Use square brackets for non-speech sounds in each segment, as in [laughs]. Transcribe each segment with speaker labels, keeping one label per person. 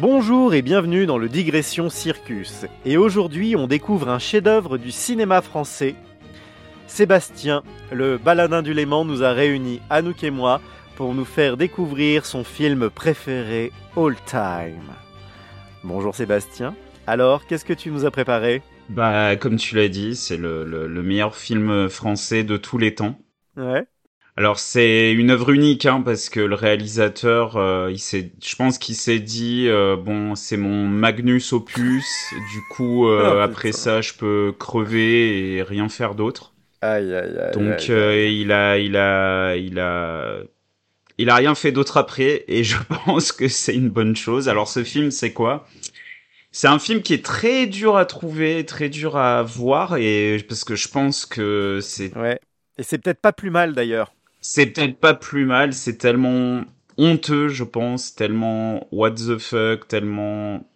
Speaker 1: Bonjour et bienvenue dans le Digression Circus. Et aujourd'hui, on découvre un chef-d'œuvre du cinéma français. Sébastien, le baladin du Léman, nous a réunis, Anouk et moi, pour nous faire découvrir son film préféré all time. Bonjour Sébastien. Alors, qu'est-ce que tu nous as préparé
Speaker 2: Bah, comme tu l'as dit, c'est le, le- le meilleur film français de tous les temps.
Speaker 1: Ouais.
Speaker 2: Alors c'est une œuvre unique hein, parce que le réalisateur, euh, il s'est, je pense qu'il s'est dit euh, bon c'est mon magnus opus, du coup euh,
Speaker 1: Ah, putain.
Speaker 2: après ça je peux crever et rien faire d'autre.
Speaker 1: Aïe aïe aïe.
Speaker 2: Donc euh, il a, il a, il a, il a rien fait d'autre après, et je [laughs] pense que c'est une bonne chose. Alors ce film, c'est quoi C'est un film qui est très dur à trouver, très dur à voir, et parce que je pense que c'est,
Speaker 1: Ouais. Et c'est peut-être pas plus mal d'ailleurs.
Speaker 2: c'est peut-être pas plus mal. C'est tellement honteux, je pense, tellement what the fuck, tellement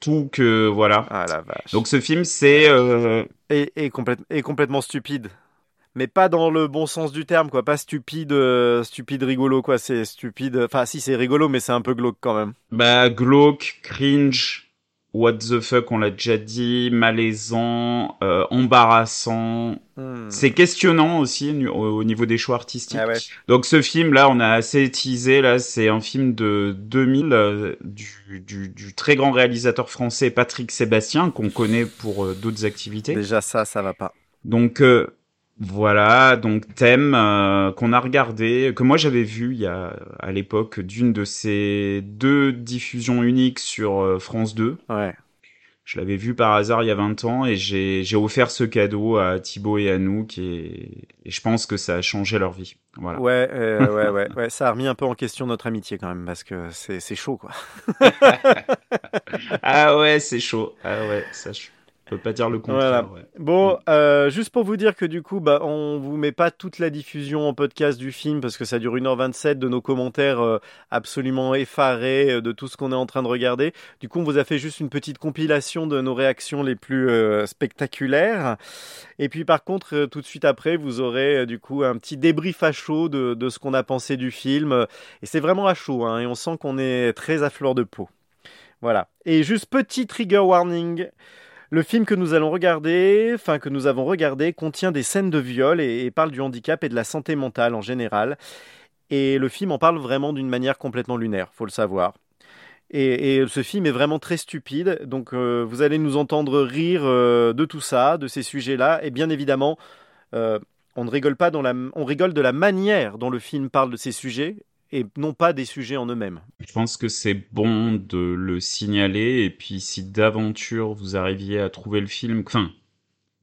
Speaker 2: tout que voilà.
Speaker 1: Ah la vache.
Speaker 2: Donc ce film, c'est euh,
Speaker 1: Et, et complète- et complètement stupide. Mais pas dans le bon sens du terme, quoi. Pas stupide, euh, stupide rigolo, quoi. C'est stupide. Enfin, si, c'est rigolo, mais c'est un peu glauque quand même.
Speaker 2: Bah, glauque, cringe, what the fuck, on l'a déjà dit, malaisant, euh, embarrassant.
Speaker 1: Hmm.
Speaker 2: C'est questionnant aussi nu- au au niveau des choix artistiques.
Speaker 1: Ah ouais.
Speaker 2: Donc ce film là, on a assez teasé là, c'est un film de 2000 euh, du, du, du très grand réalisateur français Patrick Sébastien qu'on connaît pour euh, d'autres activités.
Speaker 1: Déjà, ça, ça va pas.
Speaker 2: Donc euh, voilà, donc thème euh, qu'on a regardé, que moi j'avais vu il y a à l'époque d'une de ces deux diffusions uniques sur euh, France 2.
Speaker 1: Ouais.
Speaker 2: Je l'avais vu par hasard il y a 20 ans et j'ai j'ai offert ce cadeau à Thibaut et à nous qui et je pense que ça a changé leur vie. Voilà.
Speaker 1: Ouais, euh, ouais, ouais, ouais. Ça a remis un peu en question notre amitié quand même, parce que c'est c'est chaud, quoi.
Speaker 2: Ah ouais, c'est chaud. Ah ouais, ça je peux pas dire le contraire.
Speaker 1: Voilà.
Speaker 2: ouais.
Speaker 1: Bon, euh, juste pour vous dire que du coup, bah, on vous met pas toute la diffusion en podcast du film parce que ça dure 1h27 de nos commentaires euh, absolument effarés euh, de tout ce qu'on est en train de regarder. Du coup, on vous a fait juste une petite compilation de nos réactions les plus euh, spectaculaires. Et puis par contre, euh, tout de suite après, vous aurez euh, du coup un petit débrief à chaud de, de ce qu'on a pensé du film. Et c'est vraiment à chaud, hein, et on sent qu'on est très à fleur de peau. Voilà. Et juste petit trigger warning. Le film que nous allons regarder, enfin que nous avons regardé, contient des scènes de viol et, et parle du handicap et de la santé mentale en général. Et le film en parle vraiment d'une manière complètement lunaire, faut le savoir. Et, et ce film est vraiment très stupide, donc euh, vous allez nous entendre rire euh, de tout ça, de ces sujets-là, et bien évidemment, euh, on ne rigole pas dans la, on rigole de la manière dont le film parle de ces sujets et non pas des sujets en eux-mêmes.
Speaker 2: Je pense que c'est bon de le signaler et puis si d'aventure vous arriviez à trouver le film, enfin,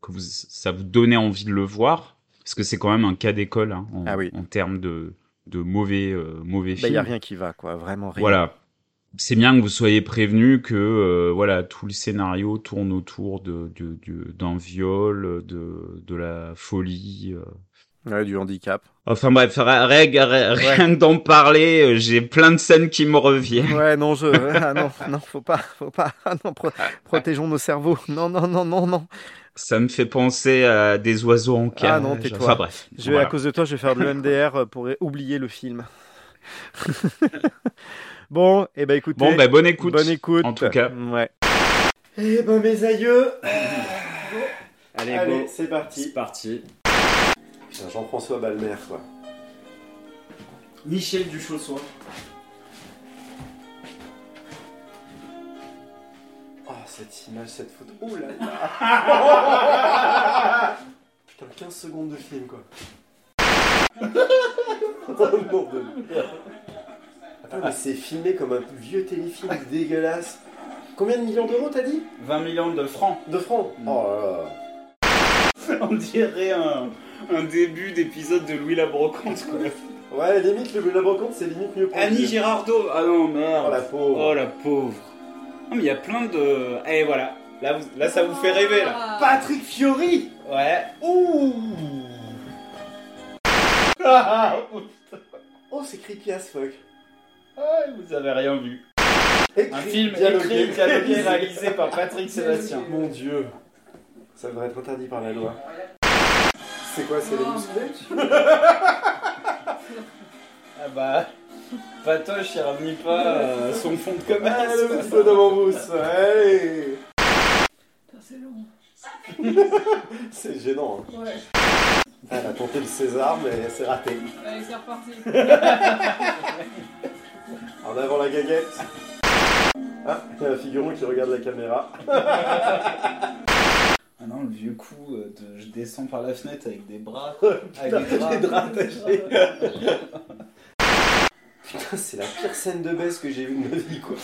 Speaker 2: que vous, ça vous donnait envie de le voir, parce que c'est quand même un cas d'école hein, en,
Speaker 1: Ah oui.
Speaker 2: en termes de, de mauvais, euh, mauvais
Speaker 1: Ben, Il
Speaker 2: film.
Speaker 1: n'y a rien qui va, quoi, vraiment rien.
Speaker 2: Voilà. C'est bien que vous soyez prévenu que euh, voilà tout le scénario tourne autour de de- de- d'un viol, de de la folie. euh.
Speaker 1: Ouais, du handicap.
Speaker 2: Enfin bref, ra- ra- ra- rien que d'en parler, euh, j'ai plein de scènes qui me reviennent.
Speaker 1: Ouais, non, je. Ah non, non, faut pas, faut pas. Ah non, pro- protégeons nos cerveaux. Non, non, non, non, non.
Speaker 2: Ça me fait penser à des oiseaux en cage.
Speaker 1: non, tais-toi.
Speaker 2: Enfin bref.
Speaker 1: Je vais,
Speaker 2: Voilà.
Speaker 1: à cause de toi, je vais faire de l'MDR pour oublier le film. [laughs] bon, et eh ben écoutez.
Speaker 2: Bon, ben bonne écoute.
Speaker 1: Bonne écoute.
Speaker 2: en tout cas.
Speaker 1: Ouais. Eh ben, mes aïeux.
Speaker 3: Allez,
Speaker 1: Allez,
Speaker 3: go,
Speaker 1: c'est
Speaker 3: c'est
Speaker 1: parti.
Speaker 3: parti.
Speaker 1: Putain, Jean-François Balmer, quoi.
Speaker 3: Michel Duchaussois.
Speaker 1: Oh, cette image, cette photo. Ouh là
Speaker 3: [laughs]
Speaker 1: Putain, 15 secondes de film, quoi. Oh, Attends, mais c'est filmé comme un vieux téléfilm dégueulasse. Combien de millions d'euros, t'as dit
Speaker 3: 20 millions de francs. [laughs]
Speaker 1: De francs
Speaker 3: Hmm.
Speaker 1: Oh là là.
Speaker 3: On dirait un, un début d'épisode de Louis la Brocante, quoi.
Speaker 1: Ouais, limite, le la brocante, c'est limite mieux pour le
Speaker 3: Annie
Speaker 1: film.
Speaker 3: Girardot. Ah non,
Speaker 1: Oh la
Speaker 3: merde.
Speaker 1: pauvre.
Speaker 3: Oh la pauvre. Non, mais il y a plein de. Eh voilà. Là, vous- là, ça vous fait rêver, là.
Speaker 1: Patrick Fiori
Speaker 3: Ouais.
Speaker 1: Ouh Oh, c'est creepy as fuck.
Speaker 3: Ah, vous avez rien vu.
Speaker 1: Écrit,
Speaker 3: Un film
Speaker 1: dialogué,
Speaker 3: écrit,
Speaker 1: [laughs]
Speaker 3: dialogué,
Speaker 1: réalisé.
Speaker 3: réalisé par Patrick Sébastien.
Speaker 1: Mon dieu, ça devrait être interdit par la loi. C'est quoi, c'est les musclés
Speaker 3: Ah bah.
Speaker 2: Patoche, il ramène pas euh, son fond de
Speaker 1: Ah,
Speaker 2: commerce.
Speaker 1: le mousse de Bambousse, allez
Speaker 4: Putain, c'est long.
Speaker 1: C'est gênant. hein.
Speaker 4: Ouais,
Speaker 1: Elle a tenté le César, mais c'est raté.
Speaker 4: allez, c'est reparti.
Speaker 1: En avant la gaguette. Ah, il y a un figuron qui regarde la caméra.
Speaker 2: Ah non, le vieux coup euh, de je descends par la fenêtre avec des bras. avec des
Speaker 1: Les
Speaker 2: bras.
Speaker 1: draps attachés. Putain, c'est la pire scène de baisse que j'ai vue de ma vie, quoi.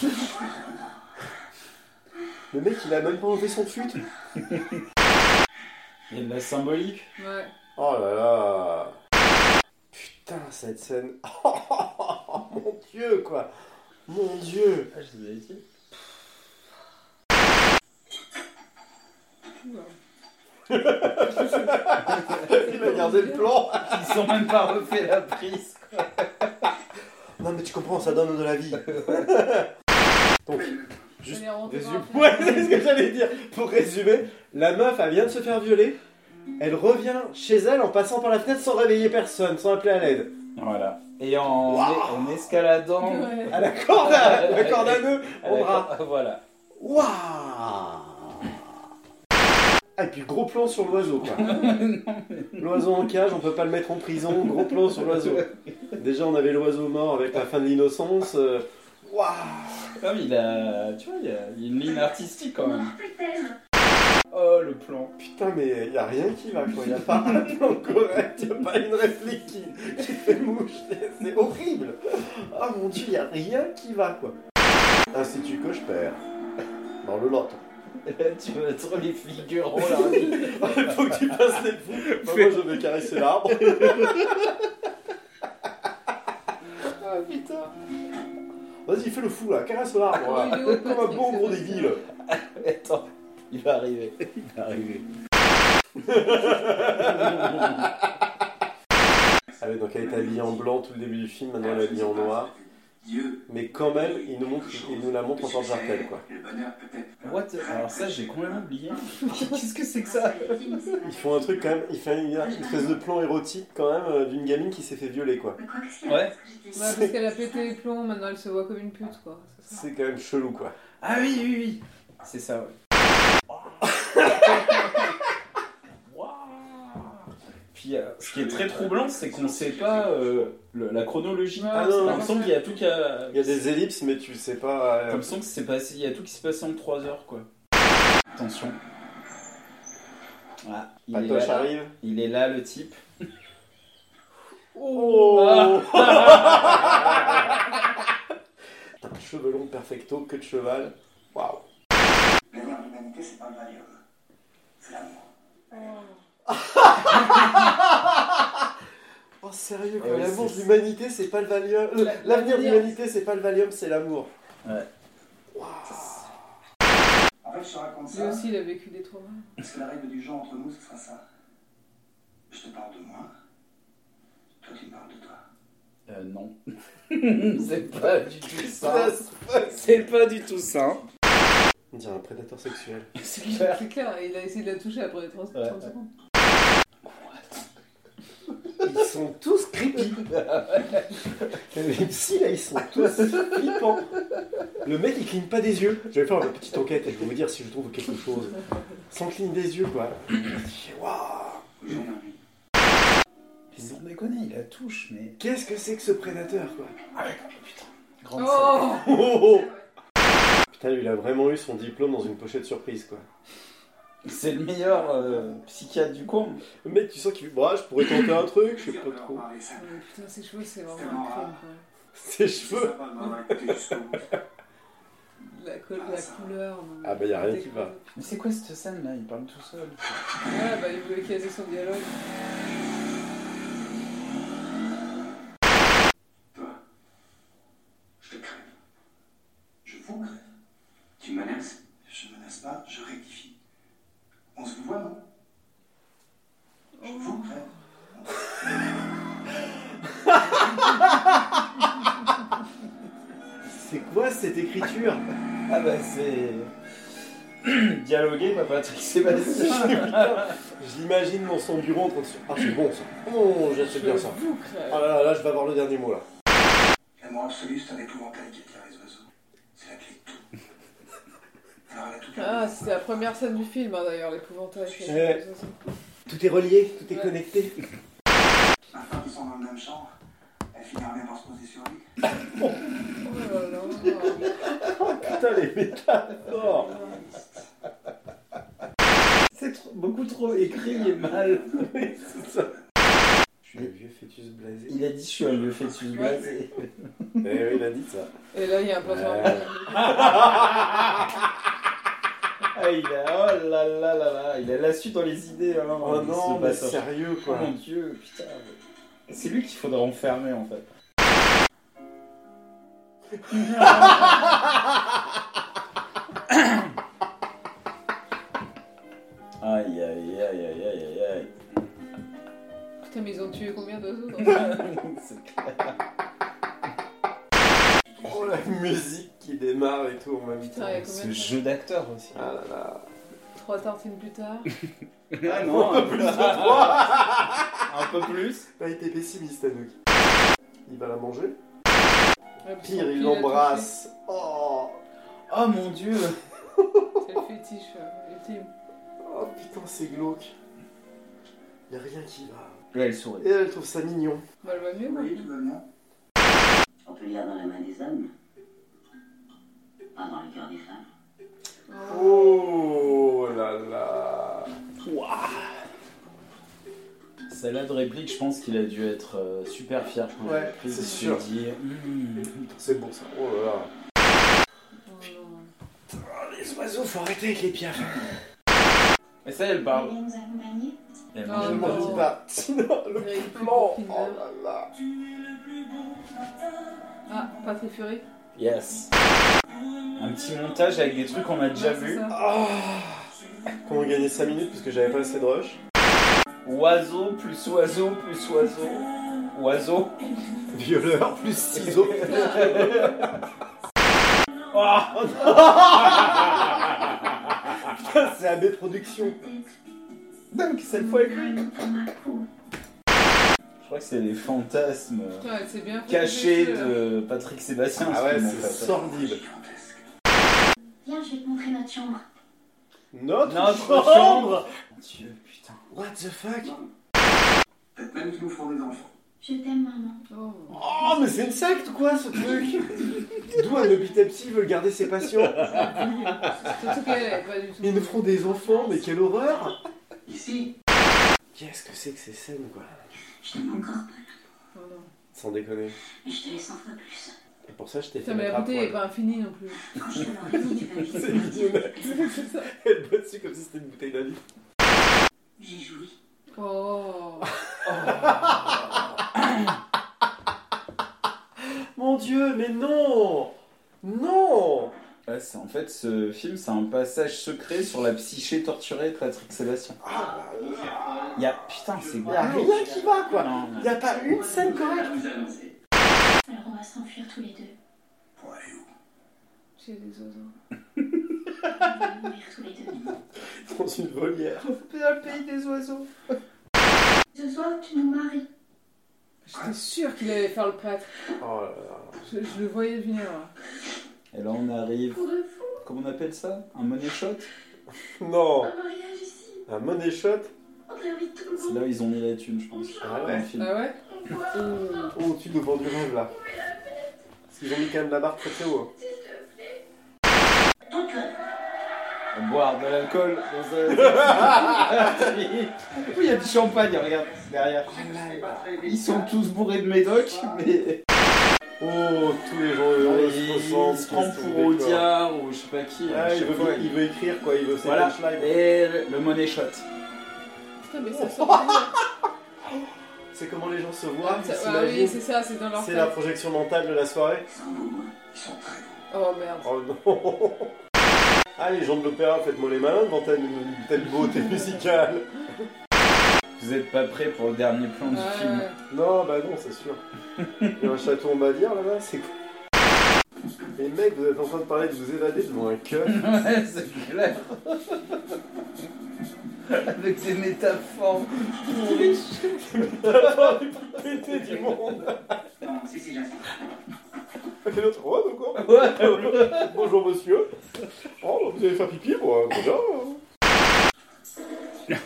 Speaker 1: Le mec, il a même pas enlevé son fut.
Speaker 2: Il y a de la symbolique.
Speaker 4: Ouais.
Speaker 1: Oh là là. Putain, cette scène. [laughs] Oh, mon dieu, quoi. Mon dieu.
Speaker 2: Ah, je les avais dit.
Speaker 4: Oula.
Speaker 1: [laughs] Il a gardé le plan.
Speaker 2: Ils sont même pas refait la prise.
Speaker 1: Non, mais tu comprends, ça donne de la vie. Donc, Juste
Speaker 4: Allez, rentre
Speaker 1: Résume.
Speaker 4: dans la
Speaker 1: Ouais, [laughs] c'est ce que j'allais dire. Pour résumer, la meuf, elle vient de se faire violer. Elle revient chez elle en passant par la fenêtre sans réveiller personne, sans appeler à l'aide.
Speaker 2: Voilà. Et en,
Speaker 1: Waouh.
Speaker 2: en escaladant.
Speaker 4: Ouais.
Speaker 1: À la corde à, la corde à nœud
Speaker 2: à
Speaker 1: au
Speaker 2: la-
Speaker 1: bras.
Speaker 2: [laughs] Voilà.
Speaker 1: Waouh Ah, et puis gros plan sur l'oiseau, quoi. L'oiseau en cage, on peut pas le mettre en prison. Gros plan sur l'oiseau. Déjà, on avait l'oiseau mort avec la fin de l'innocence. euh, Waouh
Speaker 2: Comme il a. Tu vois, il y a, il y a une ligne artistique quand même.
Speaker 5: Putain.
Speaker 2: Oh, le plan. [laughs]
Speaker 1: Putain, mais y a rien qui va, quoi. Y a pas un [laughs] plan correct, y a pas une réplique qui, qui fait mouche. C'est- C'est horrible. Ah mon dieu, y a rien qui va, quoi. Institut que je perds. Dans le lot.
Speaker 2: Là, tu vas trop les figurants là.
Speaker 1: Faut que tu passes les poules. Moi, je vais caresser
Speaker 4: [laughs]
Speaker 1: l'arbre. ah putain. Vas-y, fais le fou là, caresse l'arbre là.
Speaker 4: Oui, oui, oui.
Speaker 1: Comme un bon gros débile.
Speaker 2: Attends, il va
Speaker 1: [laughs]
Speaker 2: arriver. Il va arriver.
Speaker 1: Ah oui, donc elle est habillée en blanc tout le début du film, maintenant elle est habillée en noir. Mais quand même, il nous, montre, il nous la montre en tant que quoi.
Speaker 2: What the- Alors, ça, j'ai complètement oublié. Qu'est-ce que c'est que ça
Speaker 1: Ils font un truc quand même, ils font une, une espèce de plan érotique quand même euh, d'une gamine qui s'est fait violer quoi.
Speaker 2: Ouais.
Speaker 4: Ouais, parce qu'elle a pété les plombs, maintenant elle se voit comme une pute, quoi. C'est ça.
Speaker 1: C'est quand même chelou quoi.
Speaker 2: Ah oui, oui, oui. C'est ça, ouais. [laughs] Waouh. Puis, euh, ce qui est très troublant, c'est qu'on sait pas euh, le- la chronologie.
Speaker 4: Ouais,
Speaker 1: Ah
Speaker 4: c'est
Speaker 1: non,
Speaker 4: pas
Speaker 2: Il me semble qu'il y a tout qui a.
Speaker 1: Il y a des ellipses mais tu sais pas.
Speaker 2: Il
Speaker 1: euh,
Speaker 2: me semble que c'est passé. Il y a tout qui s'est passé en 3 heures, quoi. Attention. Ah, il, est
Speaker 1: Patoche
Speaker 2: là,
Speaker 1: arrive.
Speaker 2: il est là, le type.
Speaker 1: Oh [laughs] Putain, Cheveux longs perfecto, queue de cheval. Waouh.
Speaker 5: D'ailleurs, l'humanité, c'est pas le royaume. C'est l'amour.
Speaker 4: Oh.
Speaker 1: Oh sérieux,
Speaker 2: Ah
Speaker 1: quoi,
Speaker 2: oui,
Speaker 1: l'amour
Speaker 2: c'est-
Speaker 1: de l'humanité, c'est pas le Valium. Euh,
Speaker 4: La-
Speaker 1: L'avenir de
Speaker 4: l'avenir.
Speaker 1: l'humanité, c'est pas le Valium, c'est l'amour.
Speaker 2: Ouais.
Speaker 1: Waouh.
Speaker 5: En fait, je te raconte
Speaker 4: Lui
Speaker 5: ça
Speaker 4: aussi, il a vécu des
Speaker 1: [laughs]
Speaker 4: traumas.
Speaker 5: parce que la règle du jeu entre nous, ce sera ça. Je te parle de moi. Toi, tu me parles de toi.
Speaker 2: Euh, non. c'est pas du tout ça.
Speaker 1: Putain, c'est-
Speaker 2: C'est pas du tout ça. hein.
Speaker 1: On dirait un prédateur sexuel.
Speaker 2: C'est
Speaker 4: C'est clair, il a essayé de la toucher après 30,
Speaker 2: Ouais.
Speaker 4: 30 secondes.
Speaker 1: Ils sont tous creepy. Les psy là, ils sont tous flippants. Le mec, il cligne pas des yeux. Je vais faire une petite enquête et je vais vous dire si je trouve quelque chose. Sans cligne des yeux, quoi. Waouh.
Speaker 5: Aujourd'hui,
Speaker 2: Mais sans déconner, il la touche, mais.
Speaker 1: Qu'est-ce que c'est que ce prédateur, quoi
Speaker 2: Grande
Speaker 4: Oh
Speaker 1: Oh, oh, oh. Putain, lui, il a vraiment eu son diplôme dans une pochette surprise, quoi.
Speaker 2: scène. C'est le meilleur euh, psychiatre du coin.
Speaker 1: Le mec, tu sens qu'il fait bah, je pourrais tenter un truc, je sais
Speaker 5: j'ai
Speaker 1: pas
Speaker 5: peur d'en
Speaker 1: trop.
Speaker 5: parler, ça.
Speaker 4: Ouais, mais Putain, ses cheveux, c'est vraiment un crime, quoi.
Speaker 1: Ses
Speaker 5: C'est
Speaker 1: cheveux.
Speaker 5: sympa de m'avoir écouté jusqu'au bout.
Speaker 4: La, co- la couleur. non, mais-
Speaker 1: Ah bah, y a rien qui va.
Speaker 2: Mais c'est quoi cette scène là Il parle tout seul.
Speaker 4: Ouais, bah, il voulait caser son dialogue.
Speaker 5: Toi, je te crève. Je vous crève. Tu menaces Je menace pas, je rectifie. On se voit, non Je vous crève.
Speaker 1: C'est quoi cette écriture
Speaker 2: Ah bah
Speaker 1: [clears throat]
Speaker 2: c'est. Dialoguer, pas Patrick
Speaker 1: [laughs]
Speaker 2: Sébastien.
Speaker 1: Je l'imagine dans son bureau en train de se. Ah, c'est bon ça. Oh, je sais bien ça.
Speaker 4: Vous
Speaker 1: Ah là là, là, je vais avoir le dernier mot là.
Speaker 5: Aime-moi. l'amour absolu, c'est un épouvantail qui attire les oiseaux. C'est la clé de tout. Alors elle a tout
Speaker 4: Ah, c'était la première scène du film, hein, d'ailleurs, l'épouvantail.
Speaker 6: Ouais. Tout est relié, tout est
Speaker 4: Ouais.
Speaker 6: connecté.
Speaker 5: Ma femme, ils sont dans le même chambre. Elle finira bien par se poser sur lui.
Speaker 4: Oh là là.
Speaker 6: Putain, les métaphores C'est trop- beaucoup trop écrit et mal. Oui, c'est ça.
Speaker 1: Je suis un vieux fœtus blasé.
Speaker 6: Il a dit je suis un vieux fœtus blasé.
Speaker 1: Eh oui, il a dit ça.
Speaker 4: Et là, il y a un placement.
Speaker 1: Ouais.
Speaker 4: de-
Speaker 6: Ah, il a, oh là là là là, il a la suite dans les idées. hein.
Speaker 1: Oh non,
Speaker 6: ce
Speaker 1: mais
Speaker 6: bâtard.
Speaker 1: sérieux
Speaker 6: Oh
Speaker 1: quoi.
Speaker 6: mon dieu, putain. C'est lui qu'il faudrait enfermer en fait. [laughs] Aïe aïe aïe aïe aïe aïe
Speaker 4: Putain, mais ils ont tué combien d'oiseaux dans ça
Speaker 6: aïe. C'est clair.
Speaker 1: Oh la musique qui démarre et tout en même temps.
Speaker 4: Putain, il y a combien
Speaker 6: Ce
Speaker 4: de
Speaker 6: jeu d'acteur aussi.
Speaker 1: Ah là là.
Speaker 4: Trois tartines plus tard.
Speaker 6: Ah non,
Speaker 1: [laughs]
Speaker 6: un peu plus. un peu plus.
Speaker 1: Il a été pessimiste Anouk. Il va la manger.
Speaker 4: Ouais, parce
Speaker 1: Pire, il
Speaker 4: qu'on pile à toucher.
Speaker 1: l'embrasse. Oh.
Speaker 6: Oh mon dieu.
Speaker 4: C'est le fétiche euh, ultime.
Speaker 1: Oh putain, c'est glauque. Y a rien qui va.
Speaker 6: Là elle sourit.
Speaker 1: Et elle trouve ça mignon.
Speaker 4: Bah, elle va mieux, moi.
Speaker 5: Oui, tout va bien.
Speaker 7: On peut lire dans la main des hommes, pas dans le cœur des femmes.
Speaker 1: Oh
Speaker 4: Oh.
Speaker 1: là là.
Speaker 6: Celle-là de réplique, je pense qu'il a dû être euh, super fier quand il
Speaker 1: Ouais,
Speaker 6: l'a prise.
Speaker 1: c'est
Speaker 6: Il s'est
Speaker 1: sûr.
Speaker 6: dit, Hmm.
Speaker 1: C'est bon ça. Oh là là.
Speaker 4: Oh
Speaker 1: Oh,
Speaker 4: non.
Speaker 6: Les oiseaux, faut arrêter avec les pierres. Mais ça, elle parle.
Speaker 7: nous accompagner
Speaker 6: Elle
Speaker 4: Oh,
Speaker 6: mange
Speaker 1: Je
Speaker 6: une
Speaker 4: non.
Speaker 1: m'en dis
Speaker 6: partie.
Speaker 1: pas. [laughs] Tina, le
Speaker 4: Il y a une
Speaker 1: plan.
Speaker 4: petite
Speaker 1: Oh
Speaker 4: coquine, là.
Speaker 1: là là.
Speaker 4: Ah, Patrick Fury.
Speaker 6: Yes. Un petit montage avec des trucs qu'on a déjà
Speaker 4: Ouais, c'est
Speaker 6: vus.
Speaker 1: [laughs]
Speaker 4: ça.
Speaker 1: Ah. Comment gagner 5 minutes parce que j'avais pas assez de rush
Speaker 6: Oiseau plus oiseau plus oiseau. Oiseau.
Speaker 1: Violeur plus [laughs] ciseaux.
Speaker 6: Oh,
Speaker 1: Putain, c'est AB Productions.
Speaker 6: dingue, cette fois avec lui. Je crois que c'est des fantasmes
Speaker 4: Putain, elle s'est bien fait
Speaker 6: cachés
Speaker 4: toucher, là.
Speaker 6: de Patrick Sébastien.
Speaker 1: Ah ouais,
Speaker 6: ce film, en
Speaker 1: c'est
Speaker 6: fait.
Speaker 1: sordide.
Speaker 5: Gigantesque.
Speaker 7: Viens, je vais te montrer notre chambre.
Speaker 1: Notre,
Speaker 6: Notre
Speaker 1: chambre.
Speaker 6: chambre. Dieu, putain.
Speaker 1: What the fuck
Speaker 5: Peut-être même qu'ils nous feront des enfants.
Speaker 7: Je t'aime, maman.
Speaker 4: Oh.
Speaker 1: Oh, mais c'est une secte ou quoi ce truc D'où un hôpital psy veut garder ses patients.
Speaker 4: Surtout qu'elle elle est pas du tout.
Speaker 1: Mais ils nous feront des enfants, mais quelle horreur
Speaker 5: Ici,
Speaker 1: Qu'est-ce que c'est que ces scènes quoi
Speaker 7: Je t'aime encore,
Speaker 4: Oh non.
Speaker 1: Sans déconner.
Speaker 7: mais je te laisse 100 fois plus.
Speaker 1: Et pour ça, je t'ai fait
Speaker 4: Putain, mais
Speaker 1: mettre
Speaker 4: la
Speaker 1: à
Speaker 4: bouteille est
Speaker 1: poil.
Speaker 4: pas infinie non plus.
Speaker 7: Quand je te l'aurai dit, tu vas
Speaker 1: C'est
Speaker 7: vivre.
Speaker 1: mignonne. Elle [laughs] boit dessus comme si c'était une bouteille d'avis.
Speaker 7: J'ai joui.
Speaker 4: Oh.
Speaker 1: Mon dieu, mais non Non
Speaker 6: Ouais, c'est- en fait, ce film, c'est un passage secret sur la psyché torturée de Patrick Sébastien.
Speaker 1: Ah
Speaker 6: bah,
Speaker 1: là là
Speaker 6: Il y a... Putain, c'est
Speaker 1: Y
Speaker 2: Ah,
Speaker 1: a
Speaker 6: quoi
Speaker 1: rien qui va quoi
Speaker 6: Non.
Speaker 1: Y a pas une scène correcte [laughs]
Speaker 5: vous annoncer.
Speaker 7: Alors on va s'enfuir tous les deux.
Speaker 5: Pour aller où
Speaker 4: J'ai des oiseaux.
Speaker 7: On va mourir tous les deux.
Speaker 1: Dans une volière.
Speaker 4: le pays des oiseaux.
Speaker 7: Ce soir, tu nous maries.
Speaker 4: J'étais sûre qu'il allait faire le prêtre.
Speaker 1: Oh là là.
Speaker 4: Je, je le voyais venir hein. là.
Speaker 6: Et là, on arrive...
Speaker 7: Pour de fou,
Speaker 6: Comment on appelle ça Un money shot
Speaker 1: Non
Speaker 7: un mariage ici.
Speaker 1: Un money shot
Speaker 7: On réunit tout le
Speaker 6: C'est
Speaker 7: monde.
Speaker 6: là où ils ont mis la thune, je pense.
Speaker 1: Ah
Speaker 6: Dans le
Speaker 1: ouais
Speaker 6: film.
Speaker 4: Ah ouais Mm.
Speaker 1: Oh, tu nous vends du rêve là. Parce qu'ils ont mis quand même la barre très très haut. hein.
Speaker 5: Ton cœur.
Speaker 6: Boire de l'alcool [laughs] dans un... Oui, il y a du champagne, regarde, derrière. Ils sont tous bourrés de médoc, mais...
Speaker 1: Oh, tous les gens heureux se ressemblent. qu'est-ce qu'on
Speaker 6: Ils Ah, se prennent pour
Speaker 1: décore.
Speaker 6: Audiard ou je sais pas qui. à
Speaker 1: Ah, il
Speaker 6: chaque
Speaker 1: veut,
Speaker 6: fois,
Speaker 1: il veut écrire quoi, il veut ses
Speaker 6: Voilà.
Speaker 1: punchlines.
Speaker 6: Et le le money shot.
Speaker 4: Putain, mais [laughs] ça sort d'où, là
Speaker 1: C'est comment les gens se voient,
Speaker 4: Ah,
Speaker 1: ils
Speaker 4: ça- ah oui,
Speaker 1: s'imaginent.
Speaker 4: c'est ça, c'est dans leur
Speaker 1: C'est la
Speaker 4: tête.
Speaker 1: projection mentale de la soirée.
Speaker 5: Ils sont beaux, hein. Ils sont très beaux.
Speaker 4: Oh merde.
Speaker 1: Oh non [laughs] Ah, les gens de l'opéra, faites-moi les malins devant telle, telle beauté musicale.
Speaker 6: Vous êtes pas prêts pour le dernier plan du
Speaker 4: Ouais,
Speaker 6: film.
Speaker 4: ouais.
Speaker 1: Non, bah non, c'est sûr. Il y a un château en Bavière là-bas, c'est quoi Les mecs, vous êtes en train de parler de vous évader devant un cœur.
Speaker 6: Ouais, c'est clair. Avec ses métaphores pourries.
Speaker 1: Pété du monde
Speaker 5: Non, si, si, j'insiste.
Speaker 1: Et l'autre, ouais, d'accord.
Speaker 6: Ouais.
Speaker 1: Bonjour monsieur. Oh, vous allez faire pipi, moi, déjà. hein.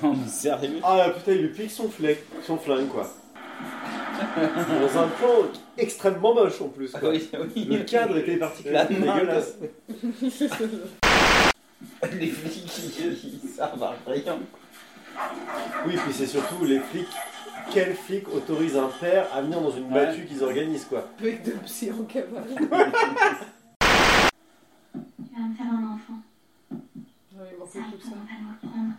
Speaker 6: Non, mais sérieux
Speaker 1: Ah putain, il lui pique son, flec, son flingue, quoi. Dans un plan extrêmement moche en plus.
Speaker 6: Ah
Speaker 1: Quoi.
Speaker 6: oui, oui.
Speaker 1: Le cadre était
Speaker 6: La
Speaker 1: particulièrement
Speaker 6: main, là.
Speaker 1: dégueulasse.
Speaker 4: [laughs]
Speaker 6: Les flics, ils ils servent à rien.
Speaker 1: Oui, puis c'est surtout les flics. Quel flic autorise un père à venir dans une
Speaker 6: Ouais.
Speaker 1: battue qu'ils organisent, quoi
Speaker 4: Bec de psy en cavale.
Speaker 7: Tu vas me faire un enfant.
Speaker 4: Ouais, il m'en
Speaker 7: Ça,
Speaker 4: faut tout ça.
Speaker 7: on va nous le prendre.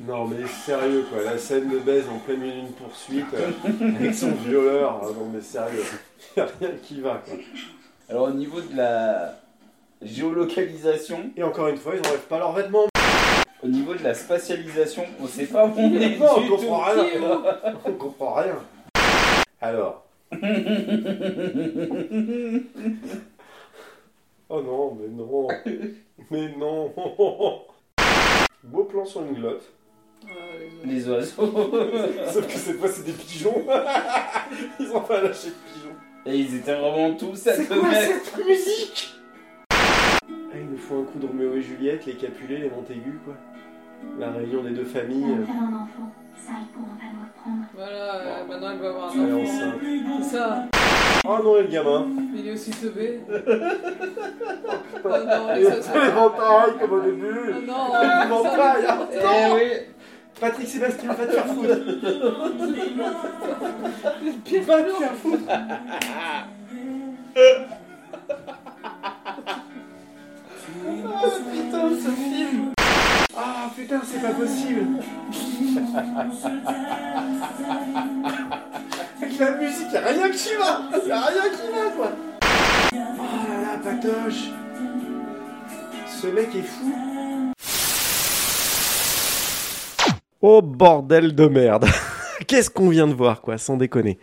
Speaker 1: Non mais sérieux quoi, la scène de baise en pleine milieu d'une poursuite euh, avec son violeur, Ah non mais sérieux, [laughs] y a rien qui va quoi.
Speaker 6: Alors, au niveau de la géolocalisation,
Speaker 1: Et encore une fois, ils n'enlèvent pas leurs vêtements,
Speaker 6: au niveau de la spatialisation, on sait pas où on
Speaker 1: mais
Speaker 6: est.
Speaker 1: non, on
Speaker 6: du
Speaker 1: comprend Oh,
Speaker 6: tout.
Speaker 1: rien,
Speaker 4: hein.
Speaker 1: [laughs] on comprend rien. Alors. oh non, mais non, mais non. Beau plan sur une glotte,
Speaker 4: Ah, les autres.
Speaker 6: Les oiseaux. [laughs]
Speaker 1: sauf que cette fois c'est des pigeons, ils ont pas lâché de pigeons.
Speaker 6: Et ils étaient vraiment tous à
Speaker 1: C'est
Speaker 6: deux
Speaker 1: quoi
Speaker 6: mètres.
Speaker 1: cette musique Ah, il nous faut un coup de Roméo et Juliette, les Capulet, les Montaigu, quoi. La réunion des deux
Speaker 7: Tu vas
Speaker 1: familles. euh,
Speaker 7: me faire un enfant. Ça, ils pourront pas nous le prendre.
Speaker 4: Voilà,
Speaker 1: Oh.
Speaker 4: euh, maintenant elle va avoir
Speaker 1: Elle est
Speaker 4: un enfant.
Speaker 1: enceinte.
Speaker 4: Ça,
Speaker 1: Oh non, et le gamin
Speaker 4: il est aussi teubé. Oh non, mais ça, ça.
Speaker 1: [laughs] Les ventailles, comme au
Speaker 4: Oh
Speaker 1: début
Speaker 4: non,
Speaker 1: Les
Speaker 4: ça,
Speaker 1: ventailles, hein.
Speaker 6: Eh oui.
Speaker 1: Patrick Sébastien, va te faire foutre
Speaker 4: le pire
Speaker 1: Va te
Speaker 4: plan.
Speaker 1: faire foutre
Speaker 6: Ah putain, ce film.
Speaker 1: Ah putain, c'est pas possible Avec la musique, y'a rien qui va Y'a rien qui va, quoi Oh là là, Patoche Ce mec est fou Oh bordel de
Speaker 8: [laughs]
Speaker 1: merde Qu'est-ce qu'on vient de voir, quoi, sans déconner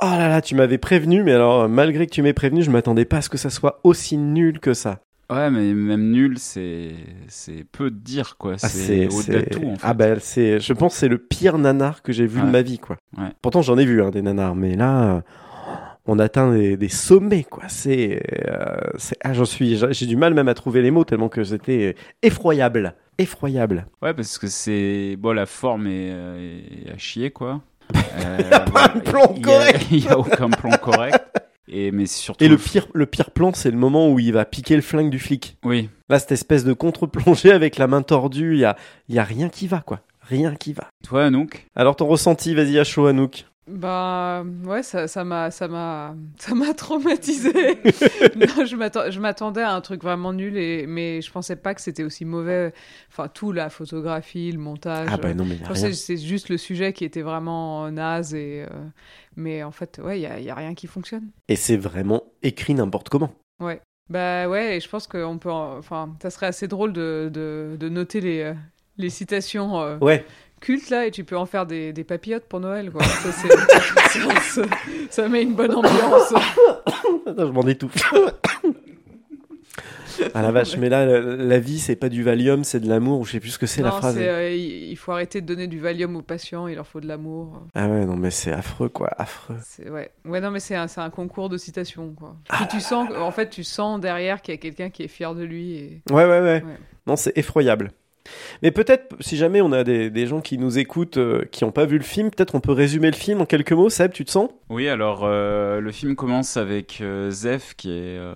Speaker 1: Oh là là, tu m'avais prévenu, mais
Speaker 8: euh,
Speaker 1: alors, malgré que tu m'aies prévenu, je m'attendais pas à ce que ça soit aussi nul que ça.
Speaker 2: Ouais, mais même nul, c'est c'est peu de dire quoi.
Speaker 8: Ah,
Speaker 2: C'est au-delà de
Speaker 8: c'est-
Speaker 2: tout. En fait.
Speaker 8: Ah bah, c'est, je pense que c'est le pire nanar que j'ai vu
Speaker 2: Ouais.
Speaker 8: de ma vie, quoi.
Speaker 2: Ouais.
Speaker 8: Pourtant, j'en ai vu hein, des nanars, mais là, euh, on atteint des, des sommets, quoi. C'est, euh, c'est- ah, j'en suis, j'ai j'ai du mal même à trouver les mots tellement que c'était effroyable, effroyable.
Speaker 2: Ouais, parce que c'est bon, la forme est, euh, est à
Speaker 8: [laughs]
Speaker 2: chier quoi. il
Speaker 8: a pas un plan correct.
Speaker 2: [laughs] Il y a, aucun plan correct. Et mais surtout.
Speaker 8: Et le pire, le pire plan, c'est le moment où il va piquer le flingue du flic.
Speaker 2: Oui.
Speaker 8: Là, cette espèce de contre-plongée avec la main tordue, il y a, il y a rien qui va, quoi. Rien qui va.
Speaker 2: Toi, Anouk.
Speaker 8: Alors ton ressenti, vas-y à chaud, Anouk.
Speaker 4: Bah ouais, ça ça m'a ça m'a [laughs] ça
Speaker 8: [laughs]
Speaker 4: m'a traumatisé. non, je m'attends- je m'attendais à un truc vraiment nul et mais je pensais pas que c'était aussi mauvais. Enfin tout la photographie, le montage.
Speaker 8: Ah bah non mais y a
Speaker 4: Je
Speaker 8: rien.
Speaker 4: pensais que c'est juste le sujet qui était vraiment naze et euh, mais en fait ouais, il y a, y a rien qui fonctionne.
Speaker 8: Et c'est vraiment écrit n'importe comment. [laughs]
Speaker 4: Bah ouais, et je pense qu'on peut en- enfin ça serait assez drôle de de, de noter les euh, les citations euh,
Speaker 8: Ouais.
Speaker 4: cultes là et tu peux en faire des, des papillotes pour Noël quoi. Ça, c'est- ça- ça- ça met une bonne ambiance.
Speaker 8: Ah, Attends, je m'en étouffe. [coughs] ah la vache, mais là, la, la vie, c'est pas du Valium, c'est de l'amour, ou je sais plus ce que c'est la
Speaker 4: Non,
Speaker 8: phrase.
Speaker 4: c'est, euh, il il faut arrêter de donner du Valium aux patients, il leur faut de l'amour.
Speaker 8: Ah ouais, non, mais c'est affreux, quoi, affreux.
Speaker 4: C'est- Ouais. ouais, non, mais c'est un, c'est un concours de citations. Quoi.
Speaker 8: Ah
Speaker 4: Puis tu sens, en fait, tu sens derrière qu'il y a quelqu'un qui est fier de lui. Et...
Speaker 8: Ouais, ouais, ouais.
Speaker 4: Ouais.
Speaker 8: Non, c'est effroyable. Mais peut-être, si jamais on a des, des gens qui nous écoutent, euh, qui n'ont pas vu le film, peut-être on peut résumer le film en quelques mots. Seb, tu te sens
Speaker 2: Oui, alors euh, le film commence avec euh, Zef, qui est euh,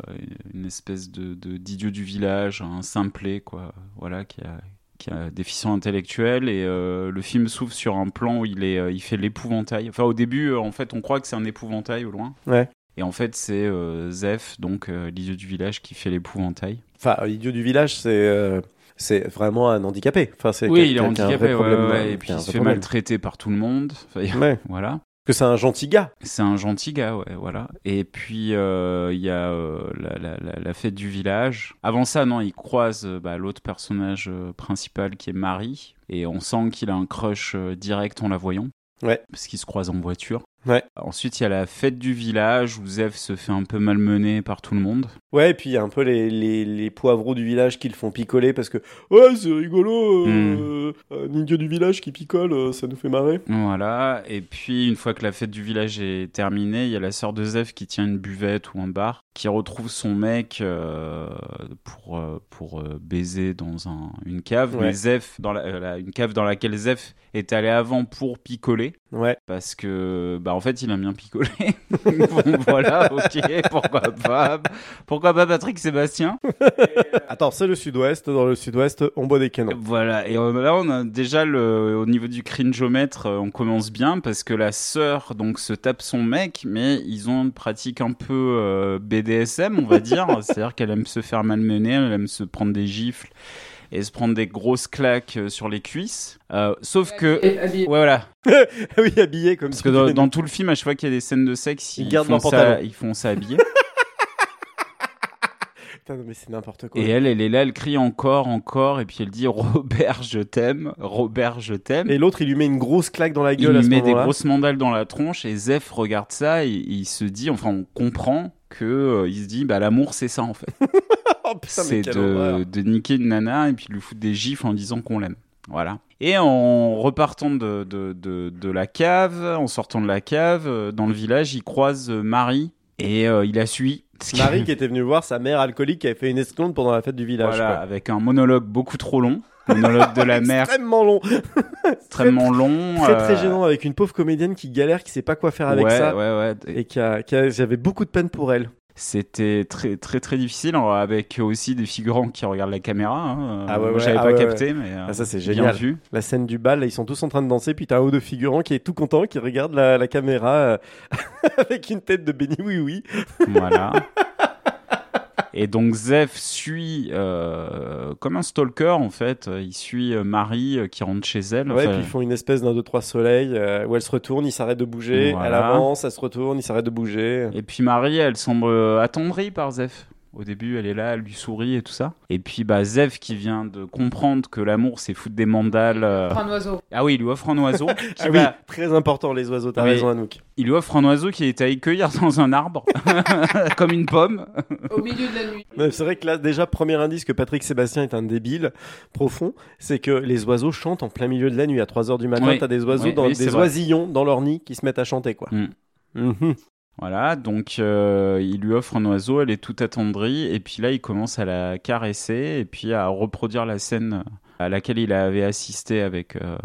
Speaker 2: une espèce de de- d'idiot du village, un simplet, quoi, voilà, qui a, qui a déficient intellectuel. Et euh, le film s'ouvre sur un plan où il, est, euh, il fait l'épouvantail. Enfin, au début, euh, en fait, on croit que c'est un épouvantail au loin.
Speaker 8: Ouais.
Speaker 2: Et en fait, c'est euh, Zef, donc euh, l'idiot du village, qui fait l'épouvantail.
Speaker 8: Enfin, l'idiot du village, c'est. euh, C'est vraiment un handicapé. Enfin, c'est
Speaker 2: Oui,
Speaker 8: quelqu'un
Speaker 2: il est
Speaker 8: qui a un vrai
Speaker 2: handicapé, ouais,
Speaker 8: problème,
Speaker 2: ouais,
Speaker 8: euh,
Speaker 2: et
Speaker 8: qui
Speaker 2: puis
Speaker 8: a un
Speaker 2: il
Speaker 8: vrai
Speaker 2: se fait
Speaker 8: problème.
Speaker 2: maltraiter par tout le monde. Enfin, [laughs]
Speaker 8: Ouais.
Speaker 2: voilà.
Speaker 8: Que c'est un gentil gars.
Speaker 2: C'est un gentil gars, ouais, voilà. Et puis, euh, il y a euh, la, la- la- la fête du village. Avant ça, non, il croise euh, bah, l'autre personnage euh, principal qui est Marie. Et on sent qu'il a un crush euh, direct en la voyant.
Speaker 8: Ouais.
Speaker 2: Parce qu'ils se croisent en voiture.
Speaker 1: Ouais.
Speaker 2: Ensuite, il y a la fête du village où Zev se fait un peu malmener par tout le monde.
Speaker 1: Ouais, et puis il y a un peu les, les, les poivrons du village qui le font picoler parce que ouais, c'est rigolo, euh,
Speaker 2: Hmm.
Speaker 1: un idiot du village qui picole, euh, ça nous fait marrer.
Speaker 2: Voilà. Et puis, une fois que la fête du village est terminée, il y a la sœur de Zev qui tient une buvette ou un bar, qui retrouve son mec euh, pour, euh, pour euh, baiser dans un, une cave.
Speaker 1: Ouais.
Speaker 2: Mais Zev, dans la- euh, la- une cave dans laquelle Zev est allé avant pour picoler. [laughs]
Speaker 1: Ouais.
Speaker 2: parce que bah en fait il aime bien picoler. [laughs] bon voilà, ok, pourquoi pas Pourquoi pas Patrick Sébastien
Speaker 1: Attends, c'est le sud-ouest, dans le sud-ouest, on boit des canons.
Speaker 2: Voilà, et euh, là on a déjà le au niveau du cringeomètre, euh, on commence bien parce que la sœur donc se tape son mec, mais ils ont une pratique un peu euh, BDSM, on va
Speaker 1: [laughs]
Speaker 2: dire, c'est-à-dire qu'elle aime se faire malmener, elle aime se prendre des gifles et se prendre des grosses claques euh, sur les cuisses. Euh, sauf que
Speaker 4: Et- et-
Speaker 2: Ouais, voilà,
Speaker 1: Ah [laughs] oui, habillé comme
Speaker 2: Parce
Speaker 1: si
Speaker 2: que
Speaker 1: [laughs]
Speaker 2: dans,
Speaker 1: tu-
Speaker 2: dans tout le film, à chaque fois qu'il y a des scènes de sexe, ils,
Speaker 1: Ils gardent
Speaker 2: font,
Speaker 1: leur
Speaker 2: ça,
Speaker 1: pantalon.
Speaker 2: ils font ça
Speaker 1: [laughs]
Speaker 2: habillé.
Speaker 1: Putain, non, mais c'est n'importe quoi.
Speaker 2: et elle, elle est là, elle crie encore, encore, et puis elle dit Robert, je t'aime, Robert, je t'aime.
Speaker 1: Et l'autre, il lui met une grosse claque dans la
Speaker 2: Il
Speaker 1: gueule à
Speaker 2: lui
Speaker 1: ce
Speaker 2: met des
Speaker 1: moment-là.
Speaker 2: grosses mandales dans la tronche, et Zef regarde ça, et il se dit, enfin, on comprend que euh, il se dit, bah l'amour, c'est ça en fait.
Speaker 1: [laughs] Oh putain, mais
Speaker 2: c'est
Speaker 1: quelle horreur.
Speaker 2: [laughs] de, de niquer une nana et puis de lui foutre des gifles en disant qu'on l'aime. Voilà. Et en repartant de, de, de, de la cave, en sortant de la cave, euh, dans le village, il croise euh, Marie et euh, il la suit. Ce qui-
Speaker 1: Marie qui était venue voir sa mère alcoolique qui avait fait une escompte pendant la fête du village.
Speaker 2: [laughs] Voilà,
Speaker 1: quoi.
Speaker 2: avec un monologue beaucoup trop long. Monologue
Speaker 1: [laughs]
Speaker 2: de la mère
Speaker 1: Extrêmement long.
Speaker 2: extrêmement long.
Speaker 1: Très
Speaker 2: euh,
Speaker 1: très gênant avec une pauvre comédienne qui galère, qui sait pas quoi faire avec
Speaker 2: ouais,
Speaker 1: ça.
Speaker 2: ouais, ouais.
Speaker 1: Et qui a, qui a- j'avais beaucoup de peine pour elle.
Speaker 2: C'était très très très difficile alors, avec aussi des figurants qui regardent la caméra. hein.
Speaker 1: Ah ouais,
Speaker 2: Moi,
Speaker 1: ouais,
Speaker 2: J'avais
Speaker 1: ah
Speaker 2: pas
Speaker 1: ouais,
Speaker 2: capté, mais euh,
Speaker 1: Ah, ça c'est
Speaker 2: bien
Speaker 1: génial. [laughs]
Speaker 2: vu.
Speaker 1: La scène du bal, là, ils sont tous en train de danser, puis t'as un haut de figurant qui est tout content, qui regarde la, la caméra euh, [laughs] avec une tête de béni oui oui.
Speaker 2: Voilà. Et donc Zef suit euh, comme un stalker en fait. Il suit euh, Marie euh, qui rentre chez elle.
Speaker 1: Ouais,
Speaker 2: Enfin,
Speaker 1: puis ils font une espèce d'un deux trois soleil euh, où elle se retourne, il s'arrête de bouger,
Speaker 2: Voilà.
Speaker 1: elle avance, elle se retourne, il s'arrête de bouger.
Speaker 2: Et puis Marie, elle semble euh, attendrie par Zef. Au début, elle est là, elle lui sourit et tout ça. Et puis bah Zef qui vient de comprendre que l'amour c'est foutre des mandales. euh,
Speaker 4: Un oiseau.
Speaker 2: Ah oui, il lui offre un oiseau. qui
Speaker 1: [laughs] Ah oui,
Speaker 2: va-
Speaker 1: très important les oiseaux, t'as
Speaker 2: Mais-
Speaker 1: raison Anouk.
Speaker 2: Il lui offre un oiseau qui est allé cueillir [laughs] dans un arbre, comme une pomme.
Speaker 4: Au milieu de la nuit.
Speaker 1: Mais C'est vrai que là déjà premier indice que Patrick Sébastien est un débile profond, c'est que les oiseaux chantent en plein milieu de la nuit à 3 heures du matin,
Speaker 2: Oui.
Speaker 1: t'as des oiseaux
Speaker 2: Oui,
Speaker 1: dans
Speaker 2: oui, c'est
Speaker 1: des
Speaker 2: vrai.
Speaker 1: oisillons dans leur nid qui se mettent à chanter quoi.
Speaker 2: Mm.
Speaker 1: Mhm.
Speaker 2: Voilà, donc euh, il lui offre un oiseau, elle est toute attendrie, et puis là il commence à la caresser, et puis à reproduire la scène à laquelle il avait assisté avec euh,